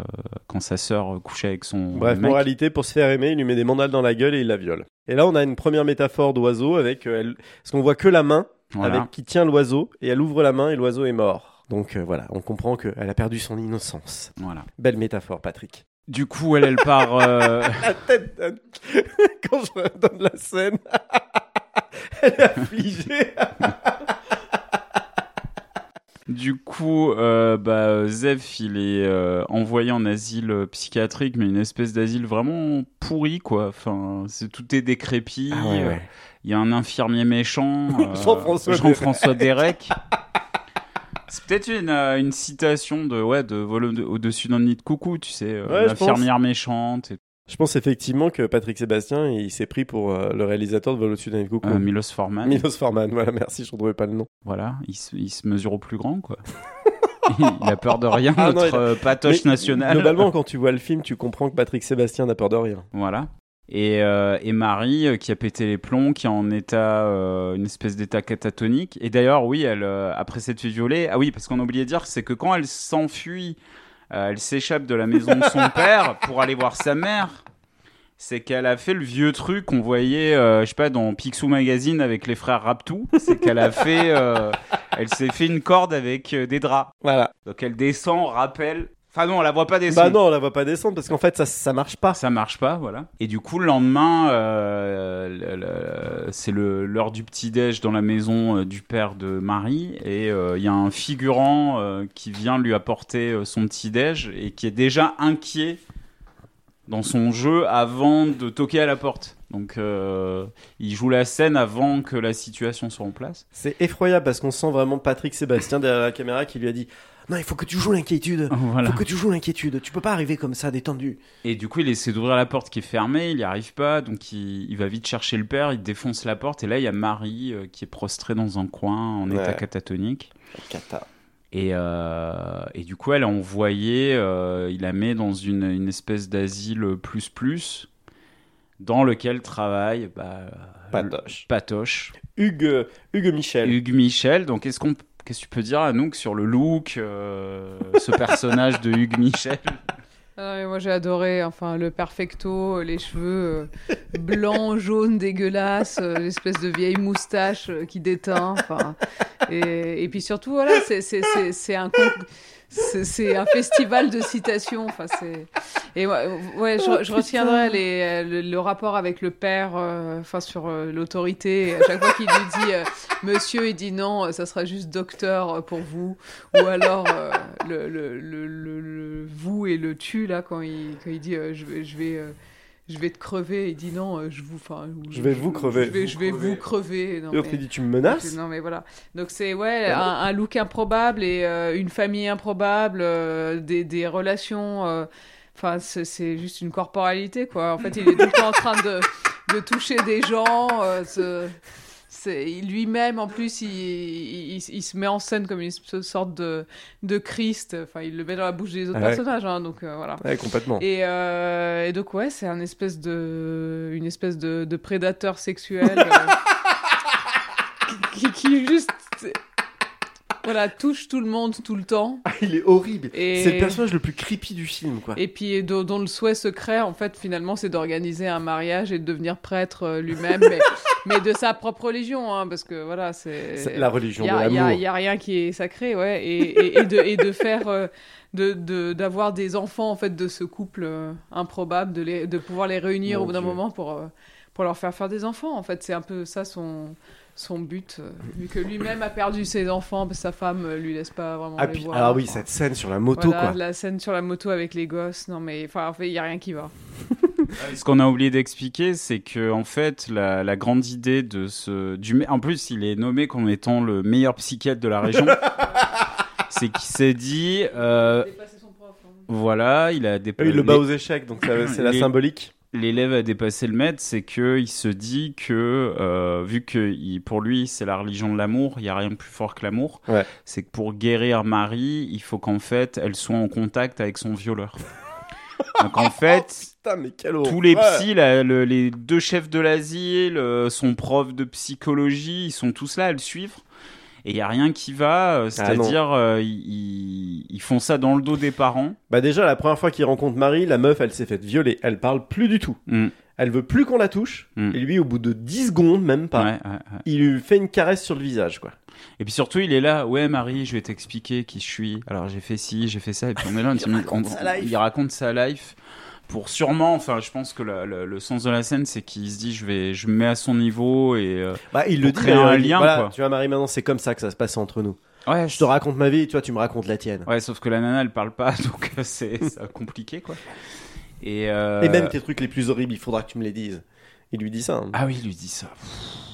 Speaker 2: quand sa sœur couchait avec son
Speaker 1: Bref,
Speaker 2: mec.
Speaker 1: moralité, pour se faire aimer, il lui met des mandales dans la gueule et il la viole. Et là, on a une première métaphore d'oiseau avec euh, elle... parce qu'on voit que la main
Speaker 2: Voilà.
Speaker 1: avec qui tient l'oiseau et elle ouvre la main et l'oiseau est mort. Donc euh, voilà, on comprend qu'elle a perdu son innocence.
Speaker 2: voilà.
Speaker 1: Belle métaphore, Patrick.
Speaker 2: Du coup, elle, elle part. euh, [laughs]
Speaker 1: La tête d'Anne- [laughs] quand je redonne la scène, [laughs] elle est affligée.
Speaker 2: du coup, euh, bah, Zef, il est euh, envoyé en asile euh, psychiatrique, mais une espèce d'asile vraiment pourri, quoi. Enfin, c'est tout est décrépit.
Speaker 1: Ah
Speaker 2: euh, Il y a un
Speaker 1: [laughs]
Speaker 2: infirmier méchant. euh,
Speaker 1: Jean-François [laughs]
Speaker 2: Jean-François Derek. C'est peut-être une, euh, une citation de, ouais, de vol au- au-dessus d'un nid de coucou, tu sais. euh,
Speaker 1: Ouais, je
Speaker 2: L'infirmière méchante, et,
Speaker 1: Je pense effectivement que Patrick Sébastien, il s'est pris pour euh, le réalisateur de Vol au-dessus d'un coucou.
Speaker 2: euh, Milos Forman.
Speaker 1: Milos Forman, voilà, merci, je retrouvais pas le nom.
Speaker 2: Voilà, il se, il se mesure au plus
Speaker 1: [laughs]
Speaker 2: grand, quoi. [laughs] il a peur de rien,
Speaker 1: Ah non,
Speaker 2: notre
Speaker 1: il a-
Speaker 2: euh, patoche
Speaker 1: Mais
Speaker 2: nationale.
Speaker 1: Globalement, quand tu vois le film, tu comprends que Patrick Sébastien n'a peur de rien.
Speaker 2: Voilà. Et, euh, et Marie euh, qui a pété les plombs, qui est en état, euh, une espèce d'état catatonique. Et d'ailleurs, oui, elle, euh, après s'être fait violer, ah oui, parce qu'on a oublié de dire, c'est que quand elle s'enfuit, euh, elle s'échappe de la maison de son père pour aller voir sa mère. C'est qu'elle a fait le vieux truc qu'on voyait, euh, je sais pas, dans Picsou Magazine avec les frères Raptou. C'est qu'elle a fait, euh, elle s'est fait une corde avec euh, des draps.
Speaker 1: Voilà.
Speaker 2: Donc elle descend, rappelle. Enfin non, on la voit pas descendre.
Speaker 1: Bah non, on la voit pas descendre parce qu'en fait ça ça marche pas.
Speaker 2: Ça marche pas, voilà. Et du coup, le lendemain, euh, le- le- c'est le- l'heure du petit-déj dans la maison euh, du père de Marie. Et euh, il y a un figurant euh, qui vient lui apporter euh, son petit-déj et qui est déjà inquiet dans son jeu avant de toquer à la porte. Donc euh, il joue la scène avant que la situation soit
Speaker 1: [laughs]
Speaker 2: en place.
Speaker 1: C'est effroyable parce qu'on sent vraiment Patrick Sébastien derrière la caméra qui lui a dit Non, il faut que tu joues l'inquiétude. Il
Speaker 2: Voilà.
Speaker 1: faut que tu joues l'inquiétude. Tu peux pas arriver comme ça détendu.
Speaker 2: Et du coup, il essaie d'ouvrir la porte qui est fermée, il n'y arrive pas, donc il, il va vite chercher le père, il défonce la porte, et là, il y a Marie euh, qui est prostrée dans un coin en
Speaker 1: Ouais.
Speaker 2: état catatonique.
Speaker 1: Cata.
Speaker 2: Et, euh, et du coup, elle a envoyé, euh, il la met dans une, une espèce d'asile plus plus, dans lequel travaille bah,
Speaker 1: Patoche.
Speaker 2: Patoche,
Speaker 1: Hugues, Hugues Michel.
Speaker 2: Hugues Michel. Donc, est-ce qu'on, qu'est-ce que tu peux dire à nous que sur le look, euh, ce personnage de Hugues Michel
Speaker 4: Ah non, mais moi j'ai adoré, enfin le perfecto, euh, les cheveux euh, blancs, jaunes, dégueulasses, euh, l'espèce de vieille moustache euh, qui déteint, enfin. Et, et puis surtout, voilà, c'est- c'est c'est- c'est un, con- c'est- c'est un festival de citations, enfin c'est. Et ouais, ouais, je, je retiendrai les, euh, le, le rapport avec le père, euh, enfin sur euh, l'autorité. Et À chaque fois qu'il lui dit euh, Monsieur, il dit non, euh, ça sera juste docteur euh, pour vous. Ou alors euh, le, le, le, le- le vous et le tu là quand il, quand il dit euh, je vais je vais euh, je vais te crever, il dit non, euh, je vous, enfin, ou-
Speaker 1: Je vais vous crever.
Speaker 4: Je vais, je vais vous crever. Non,
Speaker 1: Et l'autre
Speaker 4: mais-
Speaker 1: il dit Tu me menaces
Speaker 4: non mais voilà. Donc c'est ouais
Speaker 1: Bah
Speaker 4: un, un look improbable et euh, une famille improbable, euh, des, des relations. euh, Enfin c'est- c'est juste une corporalité quoi. En fait il est tout le temps en train de, de toucher des gens. euh, ce- c'est il- lui-même en plus il, il, il- il se met en scène comme une sorte de, de Christ. Enfin il le met dans la bouche des autres
Speaker 1: Ah ouais.
Speaker 4: personnages. hein, donc euh, voilà.
Speaker 1: Ouais, complètement.
Speaker 4: Et, euh, et donc ouais, c'est un espèce de, une espèce de, de prédateur sexuel euh, qui, qui juste, voilà, touche tout le monde tout le temps.
Speaker 1: Ah, il est horrible.
Speaker 4: Et-
Speaker 1: C'est le personnage le plus creepy du film, quoi.
Speaker 4: Et puis dont, dont le souhait secret, en fait, finalement, c'est d'organiser un mariage et de devenir prêtre euh, lui-même, mais, mais de sa propre religion, hein, parce que voilà,
Speaker 1: C'est
Speaker 4: c'est
Speaker 1: la religion
Speaker 4: Il y
Speaker 1: de
Speaker 4: a, y a-
Speaker 1: l'amour.
Speaker 4: y a rien qui est sacré, ouais. Et, et- et de, et de faire. euh, de- de- D'avoir des enfants, en fait, de ce couple euh, improbable, de, les, de pouvoir les réunir
Speaker 1: Mon
Speaker 4: au bout d'un
Speaker 1: Dieu.
Speaker 4: moment pour, euh, pour leur faire faire des enfants, en fait. C'est un peu ça son, son but, euh, vu que lui-même a perdu ses enfants, parce que sa femme euh, lui laisse pas vraiment
Speaker 1: Ah,
Speaker 4: les
Speaker 1: puis-
Speaker 4: voir.
Speaker 1: alors oui,
Speaker 4: Enfin,
Speaker 1: cette scène sur la moto,
Speaker 4: voilà,
Speaker 1: quoi.
Speaker 4: la scène sur la moto avec les gosses, non mais, enfin, en fait, il y a rien qui va.
Speaker 2: Ce qu'on a oublié d'expliquer, c'est que en fait, la, la grande idée de ce, du, me- en plus, il est nommé comme étant le meilleur psychiatre de
Speaker 1: [laughs]
Speaker 2: la région. c'est qu'il s'est dit, euh,
Speaker 4: hein.
Speaker 2: voilà, il a
Speaker 1: Ah
Speaker 2: dépassé.
Speaker 1: oui, le bas aux échecs, donc ça- c'est la
Speaker 2: Les-
Speaker 1: symbolique.
Speaker 2: L'élève a dépassé le maître, c'est que il se dit que euh, vu que il- pour lui c'est la religion de l'amour, il y a rien de plus fort que l'amour.
Speaker 1: Ouais.
Speaker 2: C'est que pour guérir Marie, il faut qu'en fait elle soit en contact avec
Speaker 1: [laughs]
Speaker 2: son violeur. Donc en fait,
Speaker 1: Putain, mais quel horreur.
Speaker 2: tous les psys, là, le- les deux chefs de l'asile, euh, son prof de psychologie, ils sont tous là à le suivre. Et il n'y a rien qui va, euh, c'est-à-dire euh, ils, ils- ils font ça dans le dos des parents.
Speaker 1: Bah déjà, la première fois qu'il rencontre Marie, la meuf, elle s'est faite violer. Elle parle plus du tout.
Speaker 2: Mm.
Speaker 1: Elle veut plus qu'on la touche.
Speaker 2: Mm.
Speaker 1: Et lui, au bout de 10 secondes, même pas,
Speaker 2: Ouais, ouais, ouais.
Speaker 1: il lui fait une caresse sur le visage, quoi.
Speaker 2: Et puis surtout, il est là, ouais Marie, je vais t'expliquer qui je suis. Alors j'ai fait ci, j'ai fait ça, et puis on est là, on dit, mais on- on- [laughs] il, raconte, sa life. Pour sûrement, enfin je pense que la- la- le sens de la scène, c'est qu'il se dit, je vais, je me mets à son niveau et... euh,
Speaker 1: Bah, il
Speaker 2: Pour
Speaker 1: le dit.
Speaker 2: créer
Speaker 1: d'ailleurs,
Speaker 2: un
Speaker 1: il dit,
Speaker 2: lien,
Speaker 1: voilà,
Speaker 2: quoi.
Speaker 1: Tu vois, Marie, maintenant, c'est comme ça que ça se passe entre nous.
Speaker 2: ouais,
Speaker 1: Je te raconte ma vie et toi, tu me racontes la tienne.
Speaker 2: Ouais, sauf que la nana, elle parle pas, [laughs] donc euh, c'est ça compliqué, quoi. Et, euh,
Speaker 1: Et même tes trucs les plus horribles, il faudra que tu me les dises. Il lui dit ça. hein.
Speaker 2: Ah oui, il lui dit ça. Pfff.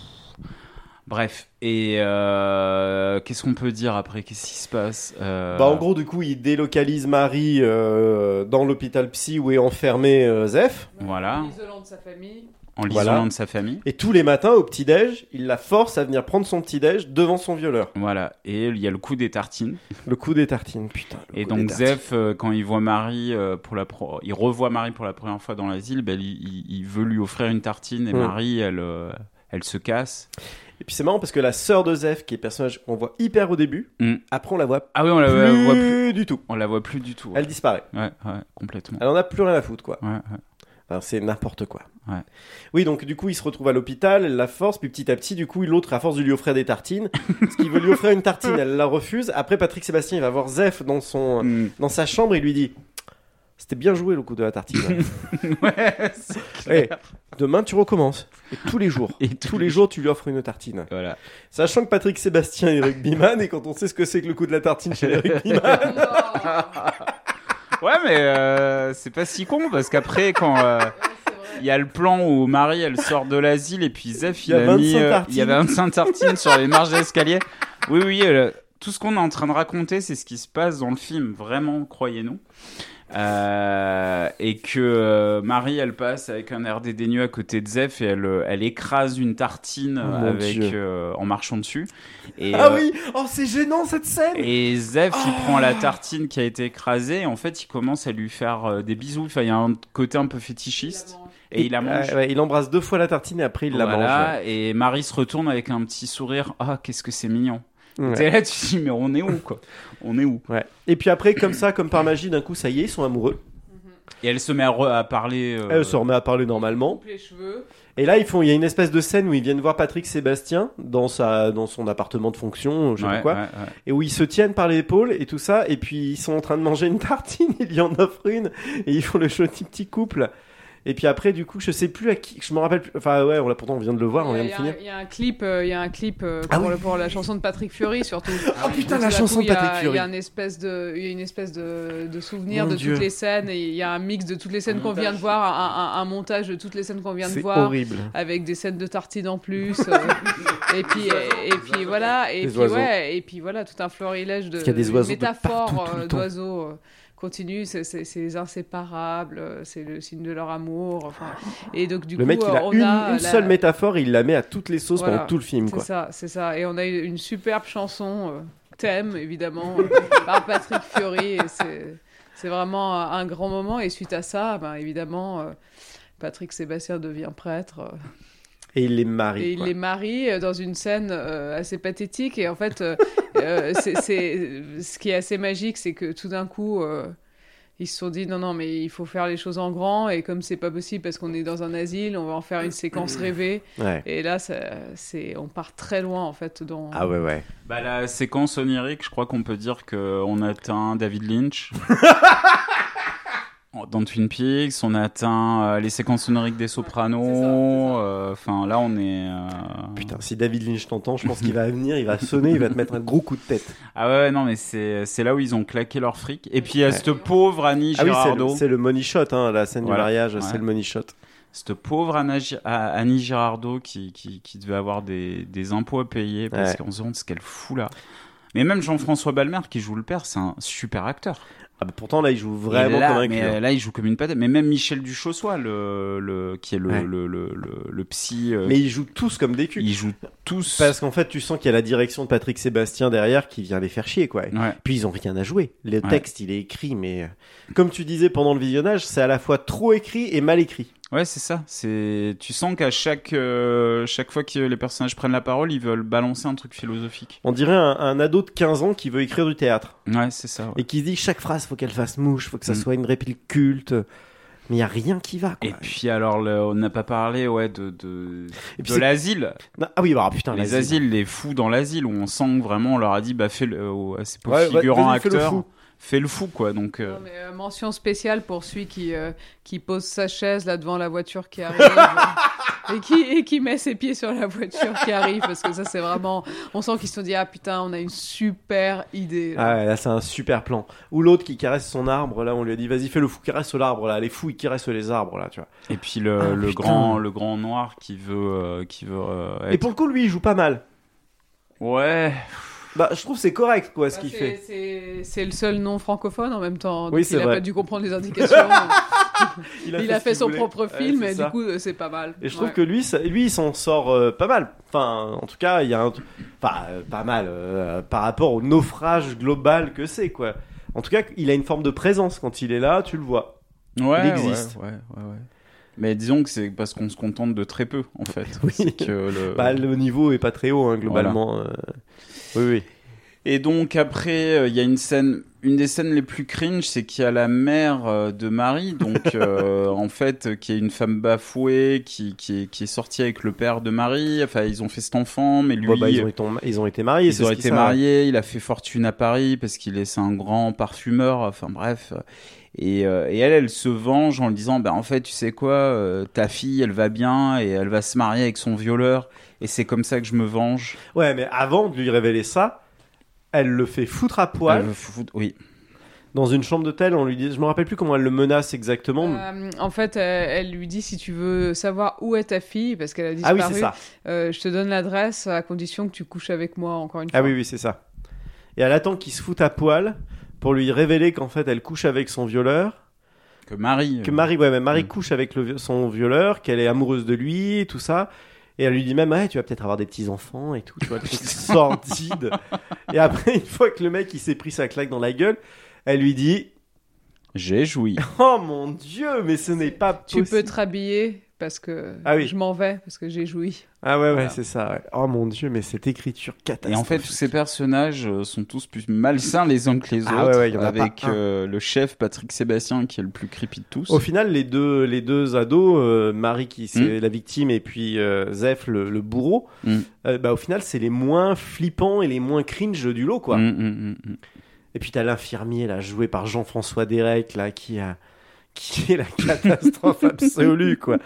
Speaker 2: Bref, et euh, qu'est-ce qu'on peut dire après Qu'est-ce qui se passe Euh,
Speaker 1: Bah, en gros, du coup, il délocalise Marie euh, dans l'hôpital psy où est enfermé euh, Zef.
Speaker 2: Voilà,
Speaker 4: Isolant de sa famille. [laughs]
Speaker 2: en l'isolant
Speaker 1: Voilà.
Speaker 2: de sa famille.
Speaker 1: Et tous les matins, au petit-déj, il la force à venir prendre son petit-déj devant son violeur.
Speaker 2: Voilà, et il y a le coup des tartines.
Speaker 1: Le coup des tartines, putain. le
Speaker 2: Et
Speaker 1: coup des
Speaker 2: donc
Speaker 1: tartines.
Speaker 2: Zef, euh, quand il voit Marie euh, pour la pro- il revoit Marie pour la première fois dans l'asile, ben, il, il- il veut lui offrir une tartine et
Speaker 1: Mm.
Speaker 2: Marie, elle, euh, elle se casse.
Speaker 1: Et puis c'est marrant parce que la sœur de Zef, qui est le personnage qu'on voit hyper au début,
Speaker 2: Mm.
Speaker 1: après on la voit
Speaker 2: Ah oui, on la,
Speaker 1: plus,
Speaker 2: voit plus.
Speaker 1: du tout.
Speaker 2: On la voit plus du tout.
Speaker 1: Elle disparaît.
Speaker 2: Ouais, ouais, complètement.
Speaker 1: Elle en a plus rien à foutre, quoi.
Speaker 2: Ouais, ouais.
Speaker 1: Enfin, c'est n'importe quoi.
Speaker 2: Ouais.
Speaker 1: Oui, donc du coup, il se retrouve à l'hôpital, elle la force, puis petit à petit, du coup, l'autre, à force de lui offrir des
Speaker 2: [laughs]
Speaker 1: tartines, parce qu'il veut lui offrir une tartine, elle la refuse. Après, Patrick Sébastien, il va voir Zef dans, son, dans sa chambre et il lui dit C'était bien joué le coup de la tartine.
Speaker 2: [laughs] Ouais, c'est
Speaker 1: Eh,
Speaker 2: clair.
Speaker 1: demain, tu recommences. Et tous les jours.
Speaker 2: [laughs] Et
Speaker 1: Tous les jours, tu lui offres une tartine.
Speaker 2: Voilà.
Speaker 1: Sachant que Patrick Sébastien est rugbyman, et quand on sait ce que c'est que le coup de la tartine
Speaker 2: [laughs]
Speaker 1: chez les rugbyman,
Speaker 4: Non,
Speaker 2: Ouais, mais euh, c'est pas si con parce qu'après, quand, euh,
Speaker 4: ouais, c'est vrai.
Speaker 2: il y a le plan où Marie elle sort de l'asile et puis Zef
Speaker 1: Il y
Speaker 2: il,
Speaker 1: a
Speaker 2: a mis
Speaker 1: 25
Speaker 2: euh,
Speaker 1: tartines.
Speaker 2: il y avait 25 tartines sur les marges d'escalier. Oui oui, euh, tout ce qu'on est en train de raconter c'est ce qui se passe dans le film vraiment croyez-nous. Euh, et que euh, Marie elle passe avec un air dédaigneux à côté de Zef et elle euh, elle écrase une tartine
Speaker 1: Oh mon
Speaker 2: avec
Speaker 1: Dieu.
Speaker 2: euh, en marchant dessus. Et,
Speaker 1: Ah
Speaker 2: euh,
Speaker 1: oui, oh c'est gênant cette scène.
Speaker 2: et Zef, il prend la tartine qui a été écrasée et en fait, il commence à lui faire euh, des bisous. Enfin, il y a un côté un peu fétichiste et il la mange.
Speaker 1: Ouais, ouais, il embrasse deux fois la tartine et après il
Speaker 2: Voilà, et Marie se retourne avec un petit sourire. Ah, qu'est-ce que c'est mignon.
Speaker 1: la mange. ouais.
Speaker 2: T'es là, tu te dis, mais on est où, quoi On est où
Speaker 1: Ouais. Et puis après, comme ça, comme par magie, d'un coup, ça y est, ils sont amoureux.
Speaker 2: Et elle se met à, re- à parler. euh,
Speaker 1: Elle se remet à parler normalement.
Speaker 4: Coupe les cheveux.
Speaker 1: Et là, ils font, il y a une espèce de scène où ils viennent voir Patrick Sébastien dans sa, dans son appartement de fonction, euh, je sais pas
Speaker 2: ouais,
Speaker 1: quoi,
Speaker 2: ouais, ouais.
Speaker 1: et où ils se tiennent par l'épaule et tout ça, et puis ils sont en train de manger une tartine, [laughs] il y en offre une, et ils font le joli petit couple. Et puis après, du coup, je sais plus à qui, je me rappelle plus, enfin ouais, on l'a pourtant, on vient de le voir, on
Speaker 4: Il y
Speaker 1: vient
Speaker 4: a- il
Speaker 1: de
Speaker 4: y, a
Speaker 1: finir.
Speaker 4: un- il y a un clip, euh, il y a un clip euh, pour,
Speaker 1: Ah oui.
Speaker 4: le- pour la chanson de Patrick Fury surtout.
Speaker 1: Oh putain,
Speaker 4: Tout
Speaker 1: la
Speaker 4: d'un
Speaker 1: chanson
Speaker 4: coup,
Speaker 1: de
Speaker 4: il y a-
Speaker 1: Patrick
Speaker 4: Il y
Speaker 1: Fury.
Speaker 4: a une espèce de, il y a une espèce de, de souvenir
Speaker 1: Mon
Speaker 4: de
Speaker 1: Dieu.
Speaker 4: toutes les scènes et il y a un mix de toutes les scènes qu'on vient de voir, un, un- un montage de toutes les scènes qu'on vient de
Speaker 1: C'est
Speaker 4: voir.
Speaker 1: horrible.
Speaker 4: Avec des scènes de tartines en
Speaker 1: [laughs]
Speaker 4: plus, euh, et puis et, et puis voilà, et
Speaker 1: Des
Speaker 4: puis
Speaker 1: oiseaux.
Speaker 4: ouais, et puis voilà, tout un florilège de
Speaker 1: Parce qu'il y a des oiseaux de
Speaker 4: métaphores
Speaker 1: partout, tout le
Speaker 4: euh,
Speaker 1: temps.
Speaker 4: d'oiseaux euh, continues, c'est- c'est c'est les inséparables, euh, c'est le signe de leur amour, enfin, et donc du
Speaker 1: le
Speaker 4: coup
Speaker 1: mec, il
Speaker 4: euh,
Speaker 1: a
Speaker 4: on
Speaker 1: une,
Speaker 4: a
Speaker 1: une
Speaker 4: la-
Speaker 1: seule métaphore et il la met à toutes les sauces
Speaker 4: Voilà.
Speaker 1: pendant tout le film,
Speaker 4: c'est
Speaker 1: quoi.
Speaker 4: ça, c'est ça. Et on a eu une superbe chanson, euh, thème évidemment,
Speaker 1: [laughs]
Speaker 4: euh, par Patrick Fiori. Et c'est, c'est vraiment un un grand moment. Et suite à ça, ben, évidemment, euh, Patrick Sébastien devient prêtre. euh,
Speaker 1: Et il les marie.
Speaker 4: et il
Speaker 1: quoi.
Speaker 4: les marie euh, dans une scène euh, assez pathétique. Et en fait, euh, euh, c'est, c'est- ce qui est assez magique, c'est que tout d'un coup, euh, ils se sont dit non, non, mais il faut faire les choses en grand. Et comme c'est pas possible parce qu'on est dans un asile, on va en faire une séquence rêvée.
Speaker 1: Ouais.
Speaker 4: Et là, ça- c'est, on part très loin en fait dans.
Speaker 1: Ah ouais, ouais.
Speaker 2: Bah, la séquence onirique, je crois qu'on peut dire qu'on atteint David
Speaker 1: [laughs]
Speaker 2: Lynch. Oh, Dans Twin Peaks, on atteint euh, les séquences oniriques des Sopranos. euh, Enfin, là, on est. euh,
Speaker 1: Putain, si David Lynch t'entend, je pense qu'il va venir, il va sonner, il va te mettre un gros coup de tête.
Speaker 2: Ah ouais, non, mais c'est c'est là où ils ont claqué leur fric. Et puis il y a
Speaker 1: Ouais.
Speaker 2: cette pauvre Annie
Speaker 1: Ah oui, c'est
Speaker 2: Girardot.
Speaker 1: le- c'est le, money shot, hein, la scène
Speaker 2: Voilà.
Speaker 1: du mariage,
Speaker 2: Ouais.
Speaker 1: c'est le money shot.
Speaker 2: cette pauvre Anna Gi- A- Annie Girardot qui, qui, qui devait avoir des, des impôts à payer parce
Speaker 1: Ouais.
Speaker 2: qu'on se demande ce qu'elle fout là. Mais même Jean-François Balmer qui joue le père, c'est un super acteur.
Speaker 1: Ah bah, pourtant, là, il joue vraiment
Speaker 2: Et là,
Speaker 1: comme un hein.
Speaker 2: mais,
Speaker 1: client.
Speaker 2: euh, là, il joue comme une patate. Mais même Michel Duchossois, le, le, qui est le,
Speaker 1: Ouais.
Speaker 2: le, le, le- le psy, euh,
Speaker 1: Mais ils jouent tous comme des culs.
Speaker 2: ils jouent tous.
Speaker 1: Parce qu'en fait, tu sens qu'il y a la direction de Patrick Sébastien derrière qui vient les faire chier, quoi.
Speaker 2: Ouais.
Speaker 1: Puis ils ont rien à jouer. Le
Speaker 2: Ouais.
Speaker 1: texte, il est écrit, mais euh, comme tu disais pendant le visionnage, c'est à la fois trop écrit et mal écrit.
Speaker 2: Ouais, c'est ça. C'est tu sens qu'à chaque euh, chaque fois que les personnages prennent la parole, ils veulent balancer un truc philosophique.
Speaker 1: On dirait un, un ado de 15 ans qui veut écrire du théâtre
Speaker 2: Ouais, c'est ça. ouais.
Speaker 1: et qui se dit chaque phrase, faut qu'elle fasse mouche, faut que ça
Speaker 2: Mm.
Speaker 1: soit une réplique culte. Mais il y a rien qui va, quoi.
Speaker 2: Et puis alors, le- on n'a pas parlé ouais de de,
Speaker 1: Et puis
Speaker 2: de
Speaker 1: c'est-
Speaker 2: l'asile.
Speaker 1: Non, Ah oui, bah putain,
Speaker 2: les
Speaker 1: l'asile.
Speaker 2: asiles, les fous dans l'asile où on sent que vraiment on leur a dit bah fais le euh, à ces pauvres
Speaker 1: Ouais, va-
Speaker 2: figurants
Speaker 1: vas-y, fais le
Speaker 2: acteurs,
Speaker 1: fou.
Speaker 2: fais le fou quoi. Donc euh,
Speaker 4: Non, mais, euh, mention spéciale pour celui qui, euh, qui pose sa chaise là devant la voiture qui arrive. euh, Et qui, et qui met ses pieds sur la voiture qui arrive, parce que ça, c'est vraiment. On sent qu'ils se sont dit, ah putain, on a une super idée. là.
Speaker 1: Ah ouais, là c'est un super plan. Ou l'autre qui caresse son arbre, là on lui a dit vas-y fais le fou caresse l'arbre là, les fous ils caressent les arbres là, tu vois.
Speaker 2: et puis le,
Speaker 1: Ah,
Speaker 2: le
Speaker 1: putain.
Speaker 2: grand le grand noir qui veut euh, qui veut euh,
Speaker 1: Et
Speaker 2: être-
Speaker 1: pour le coup lui il joue pas mal.
Speaker 2: ouais
Speaker 1: Bah je trouve c'est correct quoi ce
Speaker 4: Bah,
Speaker 1: qu'il
Speaker 4: c'est-
Speaker 1: fait.
Speaker 4: c'est- C'est le seul nom francophone en même temps.
Speaker 1: Oui,
Speaker 4: donc
Speaker 1: c'est
Speaker 4: il a
Speaker 1: vrai.
Speaker 4: pas dû comprendre
Speaker 1: [laughs]
Speaker 4: les indications. il, a
Speaker 1: ce
Speaker 4: fait
Speaker 1: qu'il
Speaker 4: son
Speaker 1: voulait.
Speaker 4: propre
Speaker 1: Ouais,
Speaker 4: film,
Speaker 1: c'est
Speaker 4: et
Speaker 1: ça.
Speaker 4: du coup, euh, c'est pas mal.
Speaker 1: Et je trouve
Speaker 4: Ouais.
Speaker 1: que lui, ça- lui il s'en sort euh, pas mal. Enfin en tout cas il y a un... Enfin euh, pas mal euh, par rapport au naufrage global que c'est quoi. En tout cas il a une forme de présence quand il est là, tu le vois.
Speaker 2: ouais
Speaker 1: Il existe.
Speaker 2: ouais, ouais, ouais, ouais. Mais disons que c'est parce qu'on se contente de très peu en fait.
Speaker 1: [laughs] Oui.
Speaker 2: C'est que le-
Speaker 1: Bah le niveau est pas très haut hein, globalement. euh. Oui oui.
Speaker 2: Et donc après, euh, il y a une scène, une des scènes les plus cringe, c'est qu'il y a la mère euh, de
Speaker 1: [laughs]
Speaker 2: Marie, donc euh, en fait, euh, qui est une femme bafouée, qui, qui, est, qui est sortie avec le père de Marie. Enfin, ils ont fait cet enfant, mais lui,
Speaker 1: Bon, bah, ils, ont, été- ils ont été mariés.
Speaker 2: ils
Speaker 1: c'est
Speaker 2: ont
Speaker 1: ce qui
Speaker 2: été
Speaker 1: sert.
Speaker 2: mariés, il a fait fortune à Paris parce qu'il est c'est un grand parfumeur, enfin bref. Et, euh, et elle, elle se venge en lui disant, bah en fait, tu sais quoi, euh, ta fille, elle va bien et elle va se marier avec son violeur et c'est comme ça que je me venge.
Speaker 1: Ouais, mais avant de lui révéler ça, elle le fait foutre à
Speaker 2: Elle
Speaker 1: poil.
Speaker 2: veut foutre- oui.
Speaker 1: dans une chambre d'hôtel. On lui dit, je me rappelle plus comment elle le menace exactement.
Speaker 4: Euh, en fait, elle, elle lui dit si tu veux savoir où est ta fille, parce qu'elle a
Speaker 1: ah
Speaker 4: disparu,
Speaker 1: oui, c'est ça.
Speaker 4: euh, je te donne l'adresse à condition que tu couches avec moi encore une fois.
Speaker 1: Ah oui, oui, c'est ça. Et elle attend qu'il se foute à poil pour lui révéler qu'en fait elle couche avec son violeur.
Speaker 2: Que Marie.
Speaker 1: Que Marie, ouais, mais Marie
Speaker 2: Mm.
Speaker 1: couche avec le vi- son violeur, qu'elle est amoureuse de lui, tout ça. Et elle lui dit même, ouais, tu vas peut-être avoir des petits-enfants et tout, tu vois, le
Speaker 2: [laughs]
Speaker 1: truc sordide. Et après, une fois que le mec, il s'est pris sa claque dans la gueule, elle lui dit,
Speaker 2: J'ai joui.
Speaker 1: oh mon dieu, mais ce n'est pas
Speaker 4: Tu
Speaker 1: possible.
Speaker 4: peux te rhabiller parce que
Speaker 1: Ah oui.
Speaker 4: je m'en vais parce que j'ai joui.
Speaker 1: Ah ouais, ouais,
Speaker 2: Voilà.
Speaker 1: c'est ça, ouais. Oh mon dieu, mais cette écriture
Speaker 2: Et en
Speaker 1: catastrophique.
Speaker 2: fait, tous ces personnages euh, sont tous plus malsains les uns que les autres.
Speaker 1: Ah ouais, ouais, il y en a pas
Speaker 2: avec
Speaker 1: un.
Speaker 2: euh, le chef Patrick Sébastien qui est le plus creepy de tous.
Speaker 1: Au final, les deux, les deux ados, euh, Marie qui c'est
Speaker 2: Hmm.
Speaker 1: la victime et puis euh, Zef le, le bourreau,
Speaker 2: Mm.
Speaker 1: euh, bah, au final, c'est les moins flippants et les moins cringe du lot, quoi.
Speaker 2: Mm, mm, mm, mm.
Speaker 1: Et puis t'as l'infirmier là joué par Jean-François Derek là qui a [laughs] qui est la catastrophe absolue quoi.